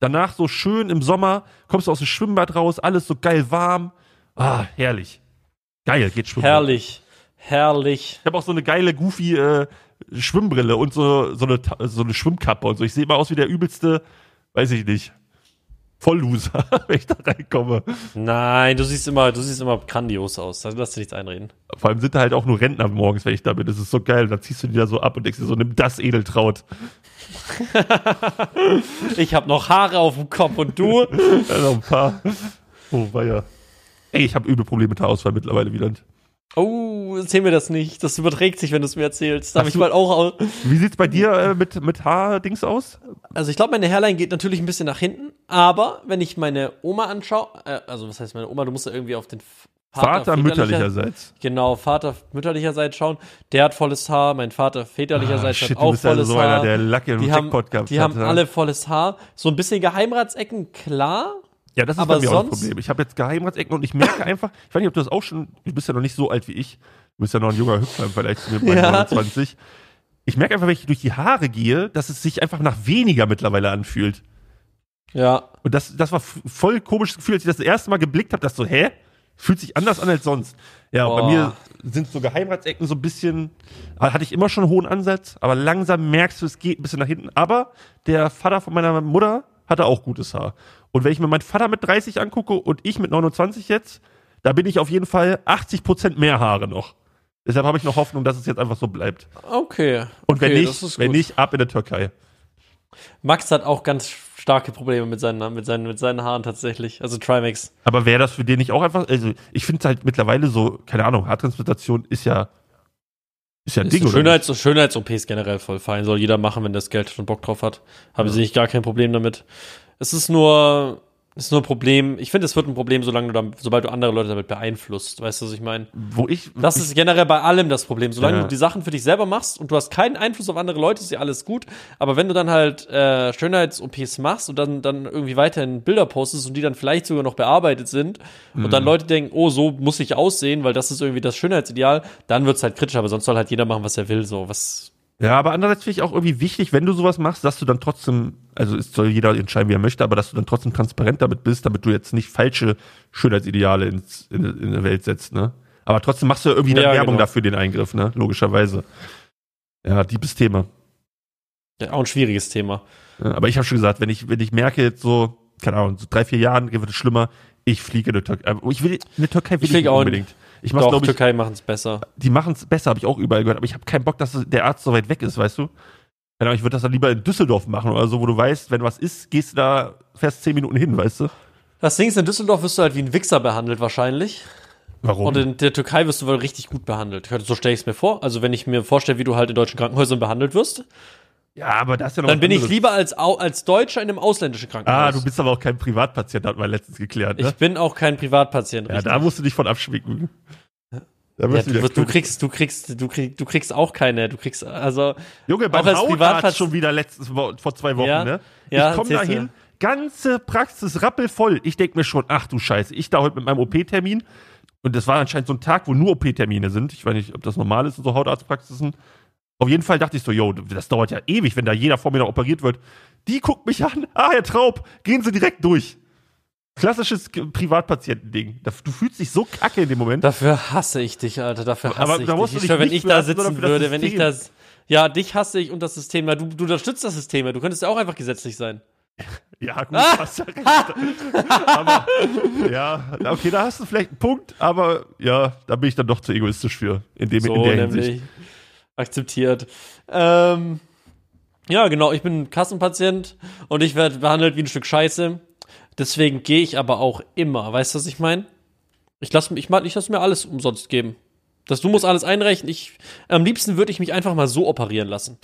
Danach so schön im Sommer, kommst du aus dem Schwimmbad raus, alles so geil warm. Ah, herrlich. Geil, geht schwimmen.
Herrlich. Herrlich.
Ich habe auch so eine geile, goofy äh, Schwimmbrille und so, so, eine, Ta- so eine Schwimmkappe und so. Ich sehe immer aus wie der übelste, weiß ich nicht, Vollloser, <laughs> wenn ich da reinkomme.
Nein, du siehst immer, du siehst immer grandios aus. Da Lass dir nichts einreden.
Vor allem sind da halt auch nur Rentner morgens, wenn ich da bin. Das ist so geil. Und dann ziehst du die da so ab und denkst dir so, nimm das Edeltraut. <laughs>
Ich habe noch Haare auf dem Kopf und du?
<laughs> Ja, noch ein paar. Oh, weia. Ey, ich habe übel Probleme mit Haarausfall mittlerweile, Wieland.
Oh, erzähl mir das nicht. Das überträgt sich, wenn du es mir erzählst. Da habe
Hast
ich
du-
mal auch. au-
Wie sieht's bei dir äh, mit, mit Haardings aus?
Also ich glaube, meine Hairline geht natürlich ein bisschen nach hinten, aber wenn ich meine Oma anschaue, äh, also was heißt meine Oma, du musst ja irgendwie auf den F-
Vater
väterlicher-
mütterlicherseits.
Genau, Vater mütterlicherseits schauen. Der hat volles Haar, mein Vater
Ah,
väterlicherseits
shit,
hat
du
halt auch
bist also
volles
so einer,
Haar.
der Lack im
die haben,
Jackpot gehabt
die
hat,
haben
ja.
alle volles Haar. So ein bisschen Geheimratsecken, klar.
Ja, das ist
aber
bei mir auch ein
sonst-
Problem. Ich habe jetzt Geheimratsecken und ich merke einfach, ich weiß nicht, ob du das auch schon, du bist ja noch nicht so alt wie ich. Du bist ja noch ein junger Hüpfer im Vergleich zu mir bei
Ja.
29. Ich merke einfach, wenn ich durch die Haare gehe, dass es sich einfach nach weniger mittlerweile anfühlt.
Ja,
Und das, das war f- voll komisches Gefühl, als ich das, das erste Mal geblickt habe, dass so, hä? Fühlt sich anders an als sonst. Ja, und bei
Boah.
mir sind so Geheimratsecken so ein bisschen, ah, hatte ich immer schon einen hohen Ansatz, aber langsam merkst du, es geht ein bisschen nach hinten. Aber der Vater von meiner Mutter hatte auch gutes Haar. Und wenn ich mir meinen Vater mit 30 angucke und ich mit 29 jetzt, da bin ich auf jeden Fall 80 Prozent mehr Haare noch. Deshalb habe ich noch Hoffnung, dass es jetzt einfach so bleibt.
okay.
Und wenn
okay, das
nicht,
ist
wenn
gut.
nicht, ab in der Türkei.
Max hat auch ganz starke Probleme mit seinen, mit seinen, mit seinen Haaren tatsächlich. Also Trimax.
Aber wäre das für den nicht auch einfach, also ich finde es halt mittlerweile so, keine Ahnung, Haartransplantation ist ja, ist ja ein Ding,
Ist
oder? nicht?
Schönheits Schönheits-OPs generell voll fein. Soll jeder machen, wenn das Geld und Bock drauf hat. Habe ich gar kein Problem damit. Es ist nur, es ist nur ein Problem. Ich finde, es wird ein Problem, solange du dann, sobald du andere Leute damit beeinflusst. Weißt du, was ich meine?
Wo ich,
Das ist generell bei allem das Problem. Solange
Ja.
du die Sachen für dich selber machst und du hast keinen Einfluss auf andere Leute, ist ja alles gut. Aber wenn du dann halt äh, Schönheits-OPs machst und dann, dann irgendwie weiterhin Bilder postest und die dann vielleicht sogar noch bearbeitet sind und
Mhm.
dann Leute denken, oh, so muss ich aussehen, weil das ist irgendwie das Schönheitsideal, dann wird's halt kritisch. Aber sonst soll halt jeder machen, was er will. So, was.
ja, aber andererseits finde ich auch irgendwie wichtig, wenn du sowas machst, dass du dann trotzdem, also es soll jeder entscheiden, wie er möchte, aber dass du dann trotzdem transparent damit bist, damit du jetzt nicht falsche Schönheitsideale ins, in, in der Welt setzt, ne? Aber trotzdem machst du ja irgendwie dann
Ja,
Werbung
genau.
dafür, den Eingriff, ne? Logischerweise. Ja, deepes Thema.
Ja, auch ein schwieriges Thema.
Ja, Aber ich habe schon gesagt, wenn ich, wenn ich merke, jetzt so, keine Ahnung, so drei, vier Jahren wird es schlimmer, ich fliege in die Türkei. Aber Ich will in die Türkei will
Ich
ich,
flieg
nicht
auch in-
unbedingt. Ich mach's,
Doch,
glaube ich,
Türkei machen's besser.
die machen es besser, habe ich auch überall gehört, aber ich habe keinen Bock, dass der Arzt so weit weg ist, weißt du? Keine Ahnung, ich würde das dann lieber in Düsseldorf machen oder so, wo du weißt, wenn was ist, gehst du da, fährst zehn Minuten hin, weißt du?
Das Ding ist, in Düsseldorf wirst du halt wie ein Wichser behandelt wahrscheinlich.
Warum?
Und in der Türkei wirst du wohl richtig gut behandelt. So stelle ich es mir vor. Also wenn ich mir vorstelle, wie du halt in deutschen Krankenhäusern behandelt wirst,
ja, aber das ist ja noch
dann
was
bin ich
anderes.
lieber als, Au- als Deutscher in einem ausländischen
Ah,
Krankenhaus.
du bist aber auch kein Privatpatient, hat man letztens geklärt, ne?
ich bin auch kein Privatpatient.
Ja,
richtig.
da musst du dich von abschminken. Da
ja,
bist
du,
wieder
wirst- du
König.
kriegst, du kriegst, du kriegst, du kriegst auch keine. Du kriegst also
Junge, beim
Auch als
Hautarzt
Privatpatient-
schon wieder letztes Wo- vor zwei Wochen,
Ja.
ne?
Ja,
ich komme da
erzählst du.
hin, ganze Praxis rappelvoll. Ich denke mir schon, ach du Scheiße, ich da heute mit meinem OP-Termin. Und das war anscheinend so ein Tag, wo nur OP-Termine sind. Ich weiß nicht, ob das normal ist in so Hautarztpraxisen. Auf jeden Fall dachte ich so, yo, das dauert ja ewig, wenn da jeder vor mir noch operiert wird. Die guckt mich an, ah, Herr Traub, gehen Sie direkt durch. Klassisches K- Privatpatientending. Da- Du fühlst dich so kacke in dem Moment.
dafür hasse ich dich, Alter. Dafür hasse
Aber
ich
da musst
dich.
du
Ich
dich
schwör, wenn
nicht
ich da
lassen, sondern
sitzen
für das
würde, wenn ich
System.
das ja, dich hasse ich und das System. Ja, du, du unterstützt das System. ja. Du könntest ja auch einfach gesetzlich sein.
Ja,
<laughs>
gut, du hast ja recht. aber ja, okay, da hast du vielleicht einen Punkt, aber ja, da bin ich dann doch zu egoistisch für. In, dem, in
So
der Hinsicht.
nämlich akzeptiert. Ähm, ja, genau, ich bin Kassenpatient und ich werde behandelt wie ein Stück Scheiße. Deswegen gehe ich aber auch immer. Weißt du, was ich meine? Ich lasse ich, mag- ich lass mir alles umsonst geben. Das, du musst alles einreichen. Ich, am liebsten würde ich mich einfach mal so
<laughs>
operieren lassen.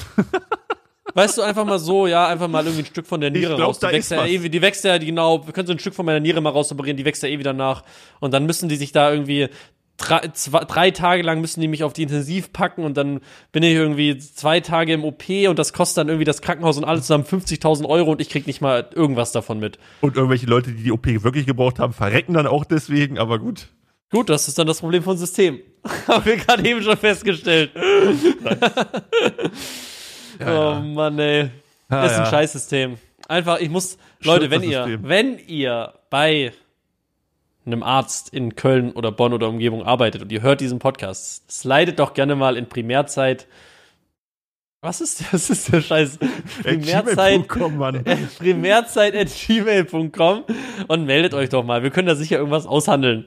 Weißt du, einfach mal so, ja, einfach mal irgendwie ein Stück von der Niere
glaub,
raus. Die
da
wächst,
ist
ja
was.
eh, die wächst ja, die genau, wir können so ein Stück von meiner Niere mal raus operieren, die wächst ja eh wieder nach. Und dann müssen die sich da irgendwie drei, zwei, drei Tage lang müssen die mich auf die Intensiv packen und dann bin ich irgendwie zwei Tage im OP und das kostet dann irgendwie das Krankenhaus und alles zusammen 50.000 Euro und ich krieg nicht mal irgendwas davon mit.
Und irgendwelche Leute, die die OP wirklich gebraucht haben, verrecken dann auch deswegen, aber gut.
Gut, das ist dann das Problem von System. <laughs> Haben wir gerade eben
<laughs>
schon festgestellt. oh Mann, ey.
Ja,
ist ein
ja.
Scheißsystem. Einfach, ich muss, Leute, wenn ihr,
System.
wenn ihr bei einem Arzt in Köln oder Bonn oder Umgebung arbeitet und ihr hört diesen Podcast, slidet doch gerne mal in Primärzeit. Was ist <laughs> das? Was ist der Scheiß? Primärzeit.
Gmail.com, Mann.
<laughs> Primärzeit.gmail.com und meldet euch doch mal. Wir können da sicher irgendwas aushandeln.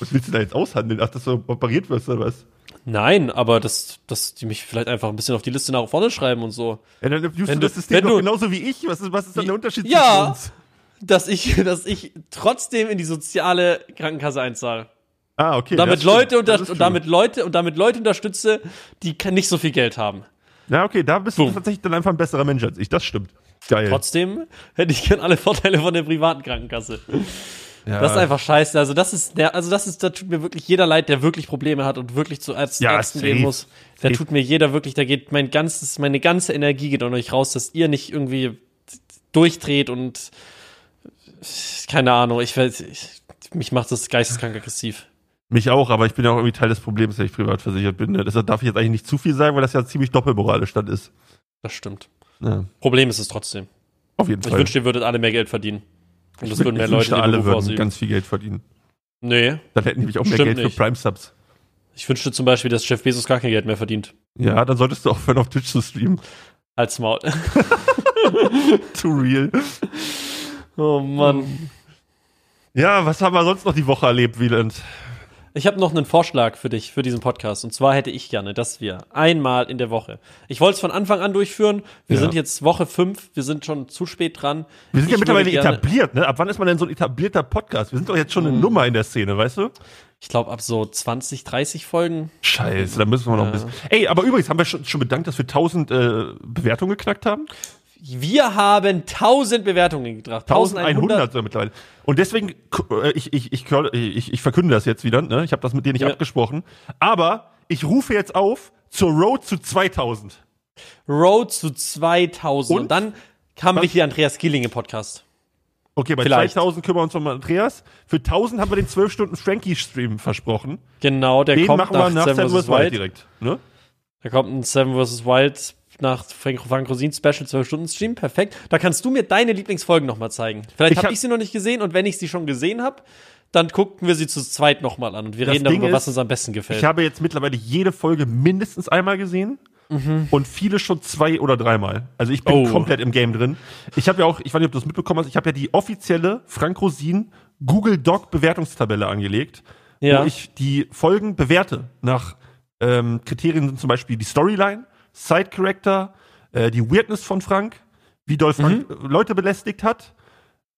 Was willst du da jetzt aushandeln? Ach, dass du operiert wirst oder was?
Nein, aber dass, dass die mich vielleicht einfach ein bisschen auf die Liste nach vorne schreiben und so.
Ja, dann abusest
Wenn
du
du-
das System
wenn
doch
du-
genauso wie ich. Was ist, was ist dann der Unterschied
Ja.
zwischen uns?
<laughs> Dass ich, dass ich trotzdem in die soziale Krankenkasse einzahle.
Ah, okay.
Und damit
das stimmt.
Leute
Das
unter
ist
und
schön.
damit Leute und damit Leute unterstütze, die ke- nicht so viel Geld haben.
Ja, okay, da bist
Boom.
du tatsächlich dann einfach ein besserer Mensch als ich. Das stimmt. Geil.
Trotzdem hätte ich gern alle Vorteile von der privaten Krankenkasse.
ja.
Das ist einfach scheiße. Also das ist der, also das ist, da tut mir wirklich jeder leid, der wirklich Probleme hat und wirklich zu Ärzten,
Ja,
Ärzten
safe.
gehen muss. Da
Safe.
tut mir jeder wirklich, da geht mein ganzes, meine ganze Energie geht an euch raus, dass ihr nicht irgendwie durchdreht und keine Ahnung, ich weiß, ich, mich macht das geisteskrank aggressiv.
Mich auch, aber ich bin ja auch irgendwie Teil des Problems, dass ich privat versichert bin. Ne? Deshalb darf ich jetzt eigentlich nicht zu viel sagen, weil das ja ziemlich doppelmoralisch dann ist.
Das stimmt.
Ja,
Problem ist es trotzdem.
auf jeden
Ich
Fall.
wünschte, ihr würdet alle mehr Geld verdienen. Und es
Ich
würden mehr
wün- ich
Leute
wünschte,
den
alle
Beruf
würden
ausüben.
ganz viel Geld verdienen.
Nee.
Dann hätten nämlich auch mehr
Stimmt
Geld
nicht.
für Prime Subs.
Ich wünschte zum Beispiel, dass Jeff Bezos gar kein Geld mehr verdient.
Ja, dann solltest du aufhören, auf Twitch zu streamen. <laughs>
Als Maul. <laughs>
Too real.
Oh Mann.
Ja, was haben wir sonst noch die Woche erlebt, Wieland?
Ich habe noch einen Vorschlag für dich, für diesen Podcast. Und zwar hätte ich gerne, dass wir einmal in der Woche. Ich wollte es von Anfang an durchführen. Wir
Ja.
sind jetzt Woche fünf. Wir sind schon zu spät dran.
Wir sind ja
Ich
mittlerweile
würde gerne- Oh.
etabliert, ne? Ab wann ist man denn so ein etablierter Podcast? Wir sind doch jetzt schon eine Nummer in der Szene, weißt du?
Ich glaube, ab so 20, 30 Folgen.
Scheiße, da müssen wir noch ein bisschen. Ey, aber übrigens haben wir schon, schon bedankt, dass wir 1000 äh, Bewertungen geknackt haben.
Wir haben 1000 Bewertungen gebracht.
1100 sogar mittlerweile. Und deswegen, k- äh, ich, ich, ich, call- ich, ich verkünde das jetzt wieder, ne? Ich habe das mit dir nicht
Ja.
abgesprochen. Aber ich rufe jetzt auf zur Road zu 2000.
Road zu 2000. Und,
Und?
dann kam richtig Andreas Gieling im Podcast.
Okay, bei
Vielleicht.
2000 kümmern wir uns um Andreas. Für 1000 haben wir den 12 Stunden Frankie-Stream versprochen.
Genau, der
Den
kommt
machen
nach,
wir nach
Seven
Wild
vs. Wild.
direkt. Ne?
Da kommt ein Seven vs. Wild nach Frank, Frank Rosin Special 12-Stunden-Stream. Perfekt. Da kannst du mir deine Lieblingsfolgen nochmal zeigen. Vielleicht
Ich
habe
hab-
ich sie noch nicht gesehen und wenn ich sie schon gesehen habe, dann gucken wir sie zu zweit nochmal an und wir
Das
reden
Ding
darüber, was
ist,
uns am besten gefällt.
Ich habe jetzt mittlerweile jede Folge mindestens einmal gesehen und viele schon zwei oder dreimal. Also ich bin
Mhm. Oh.
komplett im Game drin. Ich habe ja auch, ich weiß nicht, ob du das mitbekommen hast, ich habe ja die offizielle Frank Rosin Google Doc Bewertungstabelle angelegt,
Ja.
wo ich die Folgen bewerte. Nach ähm, Kriterien sind zum Beispiel die Storyline, Side Character, äh, die Weirdness von Frank, wie doll Frank Leute belästigt hat.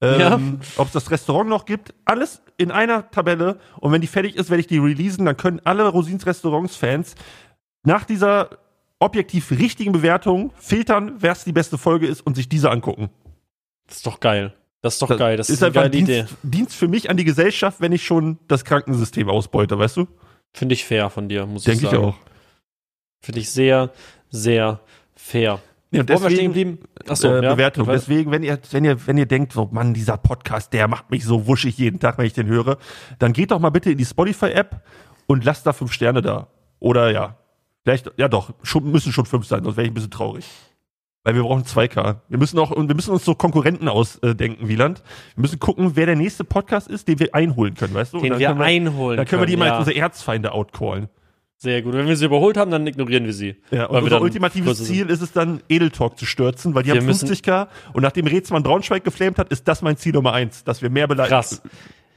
Ähm,
Mhm. Ja.
Ob es das Restaurant noch gibt, alles in einer Tabelle. Und wenn die fertig ist, werde ich die releasen. Dann können alle Rosins Restaurants-Fans nach dieser objektiv richtigen Bewertung filtern, wer es die beste Folge ist und sich diese angucken.
das ist doch geil. Das ist doch geil. Das ist, eine
einfach
geile
ein Dienst,
Idee.
Dienst für mich an die Gesellschaft, wenn ich schon das Krankensystem ausbeute, weißt du?
Finde ich fair von dir, muss
Denke
ich
ich
sagen.
auch.
Finde ich sehr, sehr fair.
Ja, und
Wo waren wir stehen
deswegen,
geblieben? Achso,
äh,
ja.
Bewertung.
Weil-
Deswegen, wenn ihr, wenn ihr, wenn ihr denkt, so, Mann, dieser Podcast, der macht mich so wuschig jeden Tag, wenn ich den höre, dann geht doch mal bitte in die Spotify-App und lasst da fünf Sterne da. Oder ja, vielleicht, ja doch, schon, müssen schon fünf sein, sonst wäre ich ein bisschen traurig. Weil wir brauchen 2K. Wir müssen auch, und wir müssen uns so Konkurrenten ausdenken, Wieland. Wir müssen gucken, wer der nächste Podcast ist, den wir einholen können, weißt du? Und
den
dann
wir
können
einholen.
Dann können wir die mal
ja.
als unsere Erzfeinde outcallen.
Sehr gut. Wenn wir sie überholt haben, dann ignorieren wir sie.
Ja, und
Weil wir
unser
dann kurz
ultimatives
sind.
Ziel ist es dann, Edeltalk zu stürzen, weil die
Wir
haben
müssen-
50k und nachdem Rezmann Braunschweig geflamed hat, ist das mein Ziel Nummer eins, dass wir mehr beleidigen.
Krass.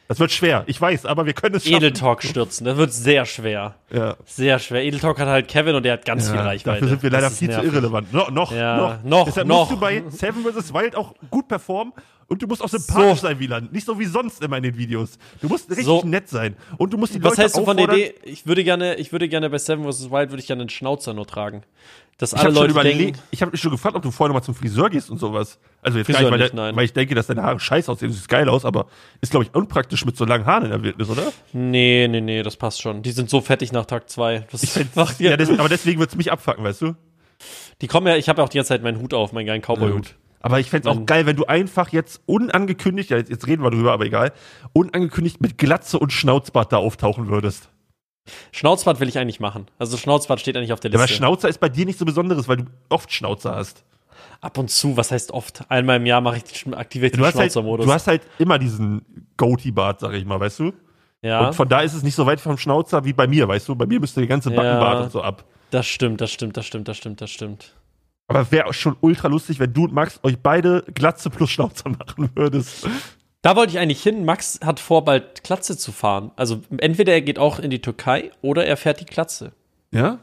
Das wird schwer, ich weiß, aber wir können es schaffen.
Edeltalk stürzen. Das wird sehr schwer.
Ja.
Sehr schwer. Edeltalk hat halt Kevin und der hat ganz viel
Ja,
Reichweite.
dafür sind wir leider
Das ist
viel
nervig.
zu irrelevant. No, noch,
Ja,
noch,
noch,
Deshalb
noch.
musst du bei Seven vs. Wild auch gut performen und du musst auch sympathisch sein, Wieland. Nicht so wie sonst immer in den Videos. Du musst richtig
So.
nett sein. Und du musst die
Was
Leute
hältst du von der
auffordern-
Idee? Ich würde gerne, ich würde gerne bei Seven vs. Wild würde ich gerne einen Schnauzer nur tragen. Dass
Ich
alle
habe schon
Leute
überlegt,
denken,
ich habe mich schon gefragt, ob du vorher noch mal zum Friseur gehst und sowas. Also jetzt
Friseur
gar nicht,
nicht,
weil,
nein.
der, weil ich denke, dass deine Haare scheiße aussehen. Du siehst geil aus, aber ist, glaube ich, unpraktisch mit so langen Haaren in der Wildnis, oder?
nee, nee, nee, das passt schon. Die sind so fettig nach Tag 2. Das ist einfach,
Ja, des, aber deswegen wird's mich abfacken, weißt du?
die kommen ja, ich habe ja auch die ganze Zeit meinen Hut auf, meinen geilen Cowboy-Hut.
Aber ich fänd's auch geil, wenn du einfach jetzt unangekündigt, ja, jetzt, jetzt reden wir drüber, aber egal, unangekündigt mit Glatze und Schnauzbart da auftauchen würdest.
Schnauzbart will ich eigentlich machen. Also Schnauzbart steht eigentlich auf der
Ja, aber
Liste.
Schnauzer ist bei dir nicht so besonderes, weil du oft Schnauzer hast.
Ab und zu, was heißt oft? Einmal im Jahr mache ich den- aktiviere ich den
Du hast, halt,
Schnauzer-Modus.
du hast halt immer diesen Goatee-Bart, sag ich mal, weißt du?
ja,
Und von da ist es nicht so weit vom Schnauzer wie bei mir, weißt du? Bei mir müsste der ganze Backenbart
Ja.
und so ab.
das stimmt, das stimmt, das stimmt, das stimmt, das stimmt.
Aber wäre auch schon ultra lustig, wenn du und Max euch beide Glatze plus Schnauzer <laughs> machen würdest.
Da wollte ich eigentlich hin. Max hat vor, bald Klatze zu fahren. Also entweder er geht auch in die Türkei oder er fährt die Klatze.
Ja?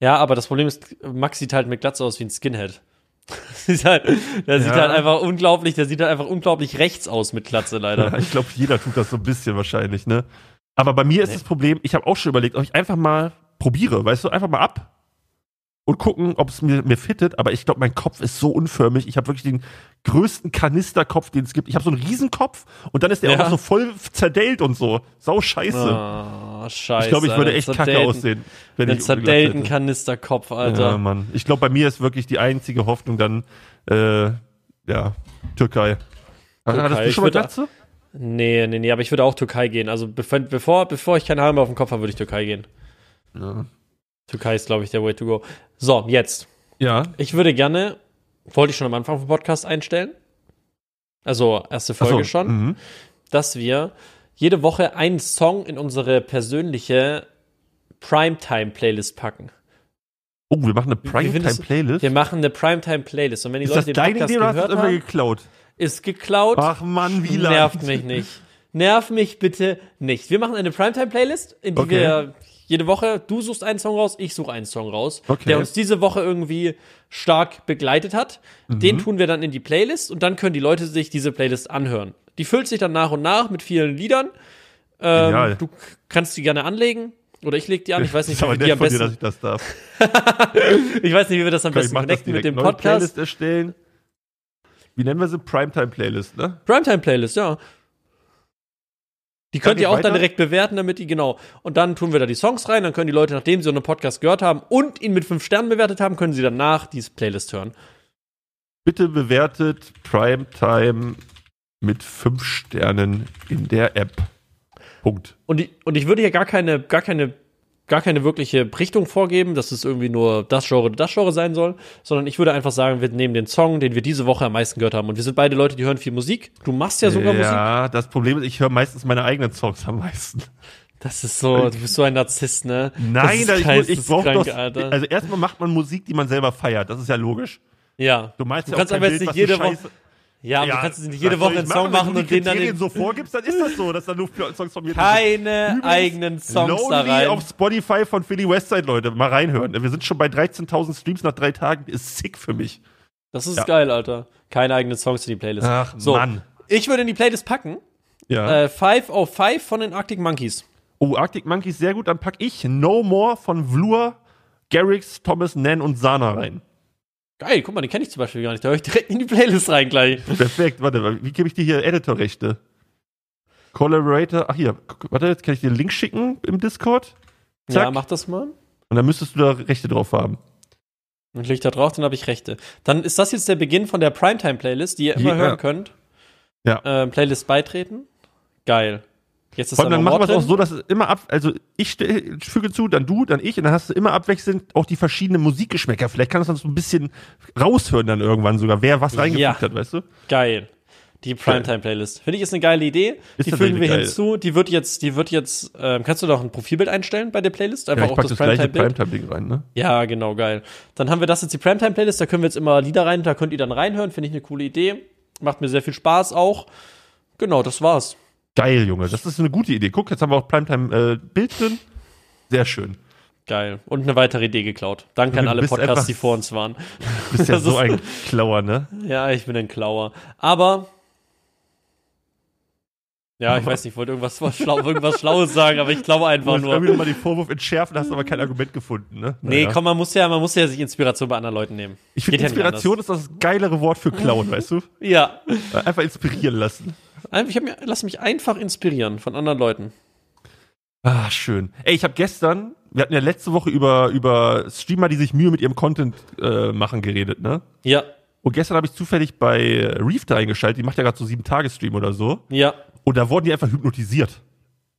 Ja, aber das Problem ist, Max sieht halt mit Glatze aus wie ein Skinhead. <laughs> sieht halt, der sieht
Ja.
halt einfach unglaublich, der sieht halt einfach unglaublich rechts aus mit Glatze leider.
Ich glaube, jeder tut das so ein bisschen wahrscheinlich, ne? Aber bei mir ist das Problem, ich habe auch schon überlegt, ob ich einfach mal probiere, weißt du, einfach mal ab und gucken, ob es mir, mir fittet. Aber ich glaube, mein Kopf ist so unförmig. Ich habe wirklich den größten Kanisterkopf, den es gibt. Ich habe so einen Riesenkopf und dann ist der
Ja.
auch noch so voll zerdellt und <laughs> so. Sau scheiße.
Ah, scheiße.
ich glaube, ich würde
Alter,
echt kacke
zerdelten-
aussehen, wenn
Einen
ich eine Glatze
zerdelten
hätte.
Kanisterkopf,
Ja,
Alter.
Mann. Ich glaube, bei mir ist wirklich die einzige Hoffnung dann, äh, ja, Türkei. Ach, Hattest
Türkei,
du
ich
schon mal
würde-
Glatze?
Nee, nee, nee, aber ich würde auch Türkei gehen. Also bef- bevor, bevor ich keinen Haar mehr auf dem Kopf habe, würde ich Türkei gehen.
Ja.
Türkei ist, glaube ich, der Way to go. So, jetzt.
ja.
Ich würde gerne, wollte ich schon am Anfang vom Podcast einstellen. Also erste
Ach so,
Folge schon.
Mhm.
dass wir jede Woche einen Song in unsere persönliche Primetime-Playlist packen.
Oh, wir machen eine
findest du-
Primetime-Playlist.
Wir machen eine Primetime-Playlist und wenn die
Ist
Leute
das
den
deine
Podcast
Idee oder hast du das
gehört
einfach
haben,
geklaut?
ist geklaut.
Ach Mann, Wieland.
Nervt mich nicht. Nerv mich bitte nicht. Wir machen eine Primetime-Playlist, in die
Okay.
wir jede Woche, du suchst einen Song raus, ich suche einen Song raus,
Okay.
der uns diese Woche irgendwie stark begleitet hat.
Mhm.
Den tun wir dann in die Playlist und dann können die Leute sich diese Playlist anhören. Die füllt sich dann nach und nach mit vielen Liedern.
Genial.
Ähm, du k- kannst die gerne anlegen. Oder ich lege die an. Ich weiß
<laughs>
nicht,
ist aber
wie wir die
nett von
am
dir, dass
besten,
ich das darf.
ich weiß nicht, wie wir das am
Okay, ich
besten
mach das
connecten
direkt.
mit dem
Neue
Podcast.
Playlist erstellen. Wie nennen wir sie? Primetime-Playlist, ne?
Primetime-Playlist, ja. Die
Kann
könnt ihr
ich
auch
weiter?
dann direkt bewerten, damit die, genau. Und dann tun wir da die Songs rein, dann können die Leute, nachdem sie unseren Podcast gehört haben und ihn mit fünf Sternen bewertet haben, können sie danach diese Playlist hören.
Bitte bewertet Primetime mit fünf Sternen in der App. Punkt.
Und, die, und ich würde hier gar keine, gar keine, gar keine wirkliche Richtung vorgeben, dass es irgendwie nur das Genre, das Genre sein soll, sondern ich würde einfach sagen, wir nehmen den Song, den wir diese Woche am meisten gehört haben. Und wir sind beide Leute, die hören viel Musik. Du machst ja sogar Musik.
ja, das Problem ist, ich höre meistens meine eigenen Songs am meisten.
Das ist so, du bist so ein Narzisst, ne?
Nein,
das
das
ist
ich, ich brauche
geisteskrank,
doch.
Alter.
Also erstmal macht man Musik, die man selber feiert. Das ist ja logisch.
ja.
Du meinst
Du
ja
kannst
auch kein
aber jetzt
Bild,
nicht
was
jede
du
Woche-
scheiße-
Ja, aber
Ja,
du kannst jetzt nicht
was
jede
soll
Woche
ich
einen Song
wenn
machen
du
und
die
den dann
Kriterien
in
so vorgibst, dann ist das so, dass dann nur Songs von mir drin sind.
keine eigenen Songs
Lonely
da rein.
auf Spotify von Philly Westside, Leute. Mal reinhören. Wir sind schon bei 13.000 Streams nach drei Tagen. Ist sick für mich.
Das ist
Ja.
geil, Alter. Keine eigenen Songs in die Playlist.
Ach,
so,
Mann.
Ich würde in die Playlist packen.
Ja.
Äh, Five of Five von den Arctic Monkeys.
oh, Arctic Monkeys, sehr gut. Dann pack ich No More von Vlur, Garrix, Thomas, Nan und Sana rein.
Geil, guck mal, den kenne ich zum Beispiel gar nicht. Da höre ich direkt in die Playlist rein gleich.
Perfekt. Warte, wie gebe ich dir hier Editorrechte? Collaborator. Ach, hier. Guck, Warte, jetzt kann ich dir einen Link schicken im Discord. Zack.
Ja, mach das mal.
Und dann müsstest du da Rechte drauf haben.
Dann klicke ich da drauf, dann habe ich Rechte. Dann ist das jetzt der Beginn von der Primetime-Playlist, die ihr immer
Ja.
hören könnt.
Ja.
Ähm, Playlist beitreten. Geil. Jetzt ist
Vor allem
da
dann
noch
machen wir
Wort
es auch
drin.
so, dass es immer ab, also ich ste- füge zu, dann du, dann ich, und dann hast du immer abwechselnd auch die verschiedenen Musikgeschmäcker. Vielleicht kannst du dann so ein bisschen raushören dann irgendwann sogar, wer was reingefügt
Ja.
hat, weißt du?
Geil. Die Primetime-Playlist. Finde ich ist eine geile Idee.
Ist
die
tatsächlich
fügen wir
geil.
hinzu. Die wird jetzt, die wird jetzt, ähm, kannst du doch ein Profilbild einstellen bei der Playlist? Einfach
Ja, ich
auch
pack
das,
das gleiche
Primetime-Bild.
Primetime-Ding rein, ne?
ja, genau, geil. Dann haben wir das jetzt die Primetime-Playlist. Da können wir jetzt immer Lieder rein. Da könnt ihr dann reinhören. Finde ich eine coole Idee. Macht mir sehr viel Spaß auch. Genau, das war's.
Geil, Junge, das ist eine gute Idee. Guck, jetzt haben wir auch Primetime-Bild drin. Sehr schön.
Geil. Und eine weitere Idee geklaut. Danke an
Du
alle
bist
Podcasts,
einfach-
die vor uns waren.
Du bist ja
Das
so
ist-
ein Klauer, ne?
Ja, ich bin ein Klauer. Aber. Ja, ich weiß nicht, ich wollte irgendwas, <laughs> was schlau, irgendwas Schlaues sagen, aber ich glaube
Du
einfach
hast
nur.
irgendwie nochmal den Vorwurf entschärfen, hast aber kein Argument gefunden, ne?
Nee,
Naja.
komm, man muss ja, man muss ja sich Inspiration bei anderen Leuten nehmen.
Ich finde,
Geht ja nicht
Inspiration ist das geilere Wort für klauen, weißt du? Äh,
anders. Ja.
Einfach inspirieren lassen.
Einfach- Ich hab mir, lass mich einfach inspirieren von anderen Leuten.
Ah, schön. Ey, ich habe gestern, wir hatten ja letzte Woche über, über Streamer, die sich Mühe mit ihrem Content äh, machen, geredet, ne?
Ja,
Und gestern habe ich zufällig bei Reef da eingeschaltet, die macht ja gerade so sieben Tage Stream oder so.
ja,
Und da wurden die einfach hypnotisiert.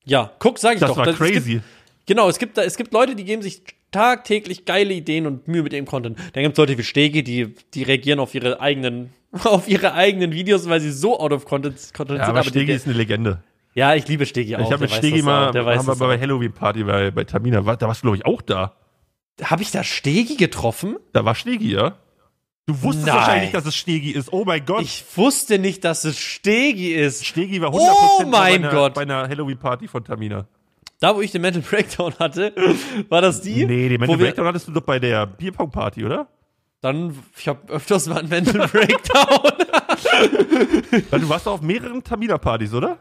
ja. Guck, sag ich
Das
doch.
war
Es gibt,
crazy.
genau, es gibt, da- es gibt Leute, die geben sich tagtäglich geile Ideen und Mühe mit ihrem Content. Dann gibt es Leute wie Stege, die, die reagieren auf ihre eigenen, <laughs> auf ihre eigenen Videos, weil sie so out of Content, Content
Ja,
sind.
aber Oh,
die-
Stegi ist eine Legende.
ja, ich liebe Stegi auch.
ich habe mit
der weiß
Stegi
das
mal,
auch, der weiß
haben wir
das
bei Halloween Party bei, bei Tamina, war, da warst du glaube ich auch da.
auch. Hab ich da Stegi getroffen?
Da war Stegi, ja? Du wusstest
Nein.
wahrscheinlich, dass es Stegi ist. Oh mein Gott.
Ich wusste nicht, dass es Stegi ist.
Stegi war 100%
Oh
bei,
mein
einer,
Gott.
bei einer Halloween Party von Tamina.
Da, wo ich den Mental Breakdown hatte, war das die?
Nee, den Mental
wo wir-
Breakdown hattest du doch bei der Bierpong Party, oder?
Dann, ich habe öfters mal
<laughs>
einen Mental Breakdown.
Weil du warst doch auf mehreren Tamina-Partys, oder?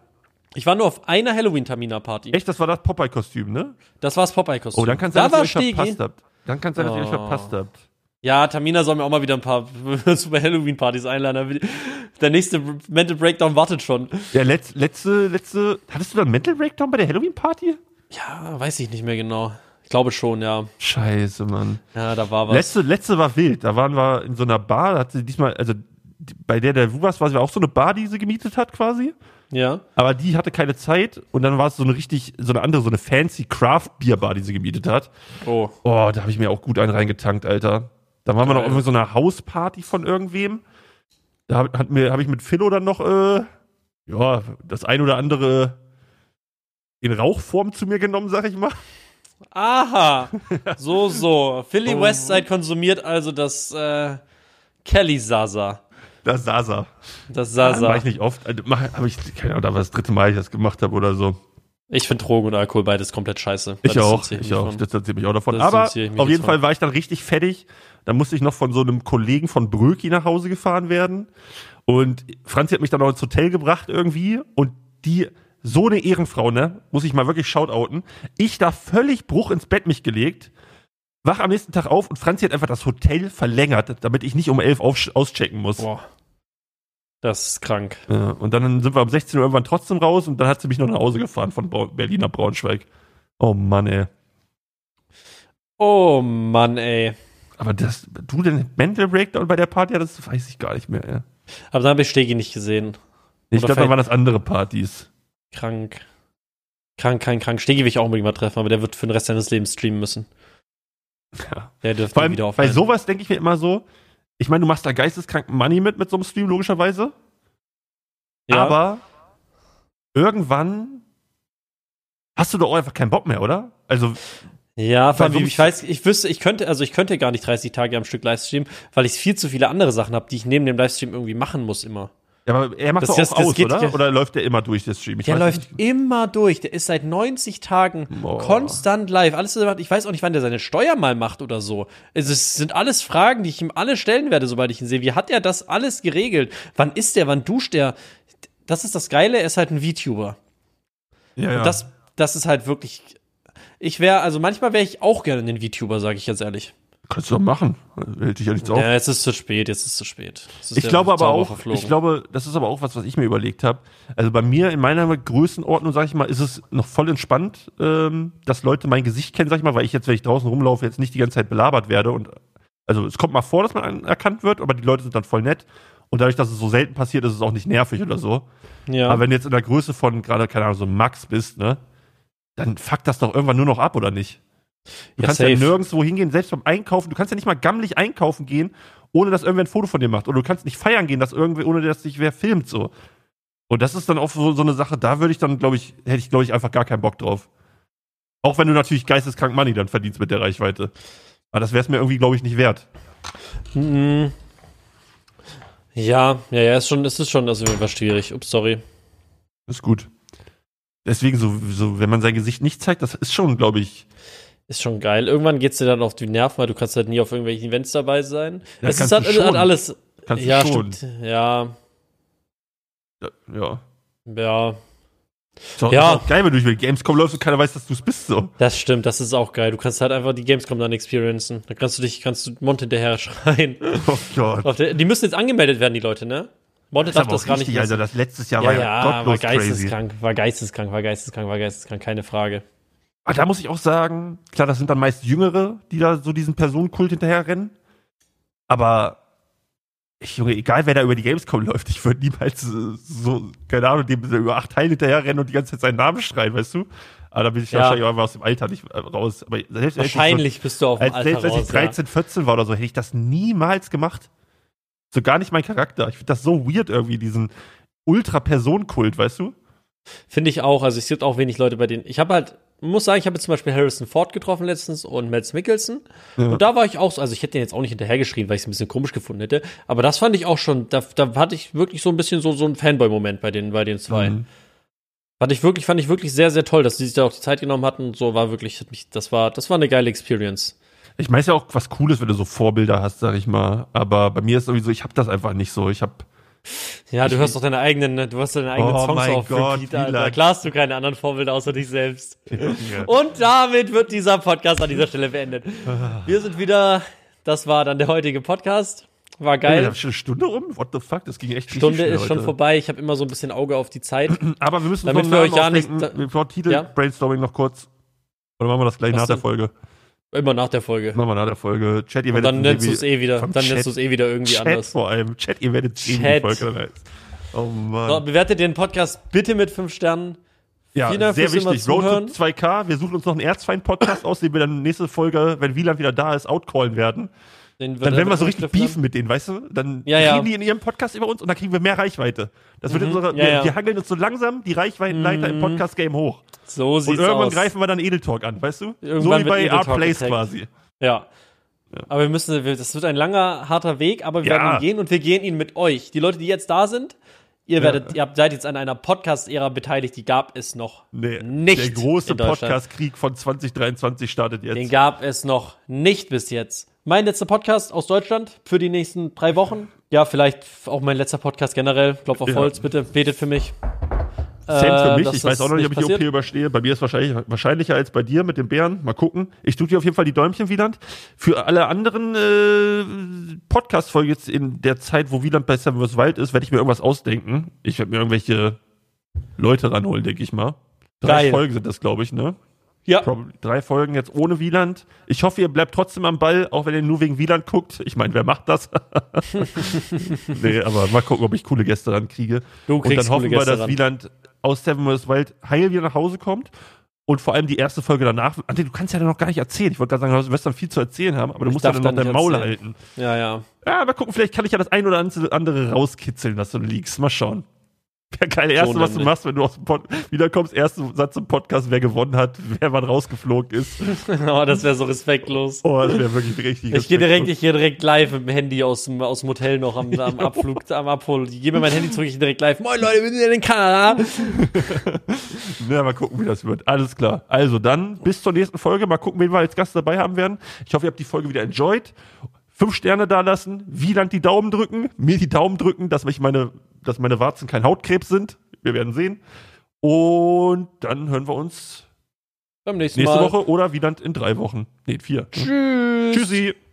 Ich war nur auf einer Halloween-Tamina-Party.
Echt, das war das Popeye-Kostüm, ne?
Das war's Popeye-Kostüm.
Oh, dann kann es sein,
da
dass ihr
war
euch verpasst
Stegi.
habt. Dann kann es sein, dass ihr euch
Oh.
verpasst habt.
Ja, Tamina soll mir auch mal wieder ein paar <laughs> super Halloween-Partys einladen. damit- Der nächste Mental Breakdown wartet schon.
Ja, letz, letzte, letzte. Hattest du da einen Mental Breakdown bei der Halloween-Party?
Ja, weiß ich nicht mehr genau. Ich glaube schon, ja.
Scheiße, Mann.
Ja, da war was.
Letzte, letzte war wild. Da waren wir in so einer Bar, da hat sie diesmal, also die- bei der der Wubas war, sie auch so eine Bar, die sie gemietet hat quasi.
ja.
Aber die hatte keine Zeit und dann war es so eine richtig, so eine andere, so eine fancy Craft-Bier-Bar, die sie gemietet hat.
Oh.
Oh, da habe ich mir auch gut einen reingetankt, Alter. Da waren wir noch
Geil.
irgendwie so einer Hausparty von irgendwem. Da habe hat mir- hab ich mit Philo dann noch, äh, ja, das ein oder andere in Rauchform zu mir genommen, sag ich mal. <laughs>
Aha. So, so. Philly
Oh.
Westside konsumiert also das äh, Kelly Sasa.
Das Sasa. Das
Das Sasa.
war ich nicht oft. Also, mach- hab ich, keine Ahnung, da war das dritte Mal, ich das gemacht habe oder so.
Ich finde Drogen und Alkohol beides komplett scheiße.
Ich
Da
auch,
distanziere
ich
mich
auch.
von.
Das erzähle ich auch davon.
Das
Aber auf
distanziere ich mich
jeden
jetzt
Fall
von.
war ich dann richtig fertig. Dann musste ich noch von so einem Kollegen von Bröki nach Hause gefahren werden. Und Franzi hat mich dann noch ins Hotel gebracht irgendwie. Und die, so eine Ehrenfrau, ne? Muss ich mal wirklich shoutouten. Ich da völlig Bruch ins Bett mich gelegt. Wach am nächsten Tag auf und Franzi hat einfach das Hotel verlängert, damit ich nicht um elf aufsch- auschecken muss.
Boah. Das ist krank.
Ja, und dann sind wir um 16 Uhr irgendwann trotzdem raus und dann hat sie mich noch nach Hause gefahren von Brau- Berlin nach Braunschweig. Oh Mann, ey.
Oh Mann, ey.
Aber dass du den Mental Breakdown bei der Party hattest, weiß ich gar nicht mehr. ey.
Aber dann habe ich Stegi nicht gesehen.
Ich glaube,
Oder
da
vielleicht-
waren das andere Partys.
Krank. Krank, krank, krank. Stegi will ich auch unbedingt mal treffen, aber der wird für den Rest seines Lebens streamen müssen.
Ja.
Der dürfte
Vor allem,
wieder
bei
aufhören.
sowas denke ich mir immer so, ich meine, du machst da geisteskranken Money mit, mit so einem Stream, logischerweise.
ja.
Aber irgendwann hast du doch auch einfach keinen Bock mehr, oder? Also,
Ja, vor
Weil
allem,
sonst-
ich weiß, ich wüsste, ich könnte, also ich könnte gar nicht 30 Tage am Stück Livestreamen, weil ich viel zu viele andere Sachen habe, die ich neben dem Livestream irgendwie machen muss immer.
ja, aber er macht
Das-
doch auch
das- das
aus,
geht
oder?
ja-
Oder läuft der immer durch, der Stream? Ich
Der
weiß
läuft
nicht.
immer durch. Der ist seit 90 Tagen
Boah.
konstant live. Alles, was er macht. Ich weiß auch nicht, wann der seine Steuer mal macht oder so. Es ist- sind alles Fragen, die ich ihm alle stellen werde, sobald ich ihn sehe. Wie hat er das alles geregelt? Wann ist der? Wann duscht er? Das ist das Geile. Er ist halt ein VTuber.
Ja, ja.
Und das, das ist halt wirklich. Ich wäre, also manchmal wäre ich auch gerne ein VTuber, sage ich jetzt ehrlich.
Kannst du doch machen. Hält dich ja nichts auf.
Ja, jetzt ist zu spät, jetzt ist zu spät. Es ist
Ich
der
glaube aber
Zauber
auch,
verflogen.
ich glaube, das ist aber auch was, was ich mir überlegt habe. Also bei mir in meiner Größenordnung, sag ich mal, ist es noch voll entspannt, ähm, dass Leute mein Gesicht kennen, sag ich mal, weil ich jetzt, wenn ich draußen rumlaufe, jetzt nicht die ganze Zeit belabert werde und also es kommt mal vor, dass man an- erkannt wird, aber die Leute sind dann voll nett. Und dadurch, dass es so selten passiert, ist es auch nicht nervig oder so.
ja.
Aber wenn du jetzt in der Größe von gerade, keine Ahnung, so einem Max bist, ne, dann fuckt das doch irgendwann nur noch ab, oder nicht? Du
Ja,
kannst ja
safe.
nirgendwo hingehen, selbst beim Einkaufen. Du kannst ja nicht mal gammelig einkaufen gehen, ohne dass irgendwer ein Foto von dir macht. Oder du kannst nicht feiern gehen, dass irgendwer, ohne dass dich wer filmt, so. Und das ist dann auch so, so eine Sache, da würde ich dann, glaube ich, hätte ich, glaube ich, einfach gar keinen Bock drauf. Auch wenn du natürlich geisteskrank Money dann verdienst mit der Reichweite. Aber das wäre es mir irgendwie, glaube ich, nicht wert.
Mhm. ja, ja, ja, ist schon, es ist schon das ist irgendwas schwierig. Ups, sorry.
Ist gut. Deswegen, so, so, wenn man sein Gesicht nicht zeigt, das ist schon, glaube ich.
Ist schon geil. Irgendwann geht's dir dann auf die Nerven, weil du kannst halt nie auf irgendwelchen Events dabei sein.
Ja,
es ist
kannst
halt,
du schon.
halt alles.
Kannst du
ja,
schon.
stimmt. Ja,
Ja.
ja,
Ist doch,
Ja.
Ist doch geil, wenn du durch Gamescom läufst und keiner weiß, dass du es bist, so. <laughs>
das stimmt. Das ist auch geil. Du kannst halt einfach die Gamescom dann experiencen. Da kannst du dich, kannst du Monte hinterher <laughs> schreien.
Oh Gott.
Auf der, die müssen jetzt angemeldet werden, die Leute, ne? Monte darf das gar nicht.
Alter. Das letztes Jahr
Ja,
war ja,
ja, war
gottlos crazy.
geisteskrank, war geisteskrank, war geisteskrank, war geisteskrank, keine Frage.
Ah, da muss ich auch sagen, klar, das sind dann meist Jüngere, die da so diesen Personenkult hinterherrennen. Aber ich, Junge, egal wer da über die Gamescom läuft, ich würde niemals äh, so, keine Ahnung, dem der über acht Teile hinterherrennen und die ganze Zeit seinen Namen schreien, weißt du? Aber da bin ich
Ja.
wahrscheinlich auch einfach aus dem Alter nicht äh, raus. Aber selbst als ich so-
Wahrscheinlich bist du auf dem
Als,
Alter
selbst als
raus.
ich 13, 14 war oder so, hätte ich das niemals gemacht. So gar nicht mein Charakter. Ich finde das so weird irgendwie, diesen Ultra-Personenkult, weißt du?
ja. Finde ich auch. Also es gibt auch wenig Leute, bei denen. Ich habe halt, muss sagen, ich habe jetzt zum Beispiel Harrison Ford getroffen letztens und Mads Mikkelsen.
Ja.
Und da war ich auch so, also ich hätte den jetzt auch nicht hinterhergeschrien, weil ich es ein bisschen komisch gefunden hätte. Aber das fand ich auch schon, da, da hatte ich wirklich so ein bisschen so, so einen Fanboy-Moment bei den, bei den zwei.
Mhm.
Fand ich wirklich, fand ich wirklich sehr, sehr toll, dass die sich da auch die Zeit genommen hatten. und So war wirklich, hat mich, das war, das war eine geile Experience.
Ich meine, es ist
<laughs>
ja auch was Cooles, wenn du so Vorbilder hast, sag ich mal. Aber bei mir ist irgendwie so, ich habe das einfach nicht so. Ich habe
Ja, du hörst doch deine eigenen, ne? du hörst deine eigenen
Oh
Songs
mein
auf
Gott,
Repeat, Alter.
Wieland.
Klar hast du keine anderen Vorbilder außer dich selbst.
Junge.
Und damit wird dieser Podcast an dieser Stelle beendet. Wir sind wieder, das war dann der heutige Podcast. War
Wir
geil.
haben schon eine Stunde rum? What the fuck? Das ging echt richtig
Stunde
schnell
ist schon
heute.
vorbei. Ich habe immer so ein bisschen Auge auf die Zeit.
Aber wir müssen
Damit
noch einen
wir euch ja
Namen
nicht-
ausdenken.
da-
Bevor Titel
Ja?
Brainstorming noch kurz. Oder machen wir das gleich
Was
nach der
denn?
Folge?
Immer nach der Folge.
Machen wir nach der Folge. Chat, ihr werdet
Dann nennst
sehen,
du es eh wieder.
vom
Dann nennst
Chat.
du es eh wieder
wie-
irgendwie
Chat
anders.
vor allem. Chat, ihr werdet sehen, wie die
Chat.
Folge dann heißt. Oh Mann.
So, bewertet den Podcast bitte mit fünf Sternen.
ja,
vielen Dank
sehr
fürs immer
wichtig. Road
zuhören.
to 2K. Wir suchen uns noch einen Erzfeind-Podcast aus, den wir dann nächste Folge, wenn Wieland wieder da ist, outcallen werden.
Den wird
Dann
er
werden wir
mit
so richtig
Unterschriften
beefen mit denen, weißt du? Dann
Ja,
reden
ja. Mhm.
die in ihrem Podcast über uns und dann kriegen wir mehr Reichweite. Das wird unsere,
ja,
wir,
ja.
wir hangeln uns so langsam die Reichweitenleiter im Podcast-Game hoch.
haben. So
Und
sieht's
irgendwann
aus.
greifen wir dann Edel Talk an, weißt du?
Irgendwann
so wie
wird
bei
Edel Talk
R-Place
getaggt.
quasi.
Ja. Aber wir müssen, wir- das wird ein langer, harter Weg, aber wir
Ja.
werden ihn gehen und wir gehen ihn mit euch. Die Leute, die jetzt da sind, ihr werdet, ihr habt, seid jetzt an einer Podcast-Ära beteiligt, die gab es noch
Nee,
nicht.
der große
in Deutschland.
Podcast-Krieg von 2023 startet jetzt.
Den gab es noch nicht bis jetzt. Mein letzter Podcast aus Deutschland für die nächsten drei Wochen. Ja, vielleicht auch mein letzter Podcast generell. Klopf auf
Ja.
Holz, bitte. Betet für mich.
Same
Äh,
für mich.
dass
Ich weiß
das
auch noch nicht, ob ich die OP
passiert.
überstehe. Bei mir ist wahrscheinlich wahrscheinlicher als bei dir mit dem Bären. Mal gucken. Ich drücke dir auf jeden Fall die Däumchen, Wieland. Für alle anderen äh, Podcast-Folgen jetzt in der Zeit, wo Wieland bei Seven vs. Wild ist, werde ich mir irgendwas ausdenken. Ich werde mir irgendwelche Leute ranholen, denke ich mal. Drei
Geil.
Folgen sind das, glaube ich, ne?
Ja,
Probably drei Folgen jetzt ohne Wieland. Ich hoffe, ihr bleibt trotzdem am Ball, auch wenn ihr nur wegen Wieland guckt. Ich meine, wer macht das? <laughs> nee, aber mal gucken, ob ich coole Gäste dann kriege.
Du
und dann
kriegst
hoffen
coole
wir,
Gäste
dass
ran.
Wieland aus Seven vs. Wild heil wieder nach Hause kommt. Und vor allem die erste Folge danach. Ante, du kannst ja noch gar nicht erzählen. Ich wollte gerade sagen, du wirst dann viel zu erzählen haben, aber du
Ich
musst ja
darf
dann noch dein
dann nicht
Maul halten.
erzählen. ja, ja. <laughs>
Ja, mal gucken, vielleicht kann ich ja das ein oder andere rauskitzeln, dass du liegst. Mal schauen. Ja, geil, erste, was du
nämlich.
machst, wenn du aus dem Pod wiederkommst, erster Satz im Podcast, wer gewonnen hat, wer wann rausgeflogen ist.
Oh, das wäre so respektlos.
Oh, das wäre wirklich richtig.
Ich gehe direkt, ich gehe direkt live mit dem Handy aus dem, aus dem Hotel noch am, am Abflug, am Abhol. Ich gebe mir mein Handy zurück, ich direkt live. Moin Leute, wir sind in Kanada.
Na, mal gucken, wie das wird. Alles klar. Also dann, bis zur nächsten Folge. Mal gucken, wen wir als Gast dabei haben werden. Ich hoffe, ihr habt die Folge wieder enjoyed. Fünf Sterne da lassen, Wieland die Daumen drücken, mir die Daumen drücken, dass, mich meine, dass meine Warzen kein Hautkrebs sind. Wir werden sehen. Und dann hören wir uns
Beim nächsten
nächste
Mal.
Woche oder Wieland in drei Wochen. Nee, in vier.
Tschüss.
Tschüssi.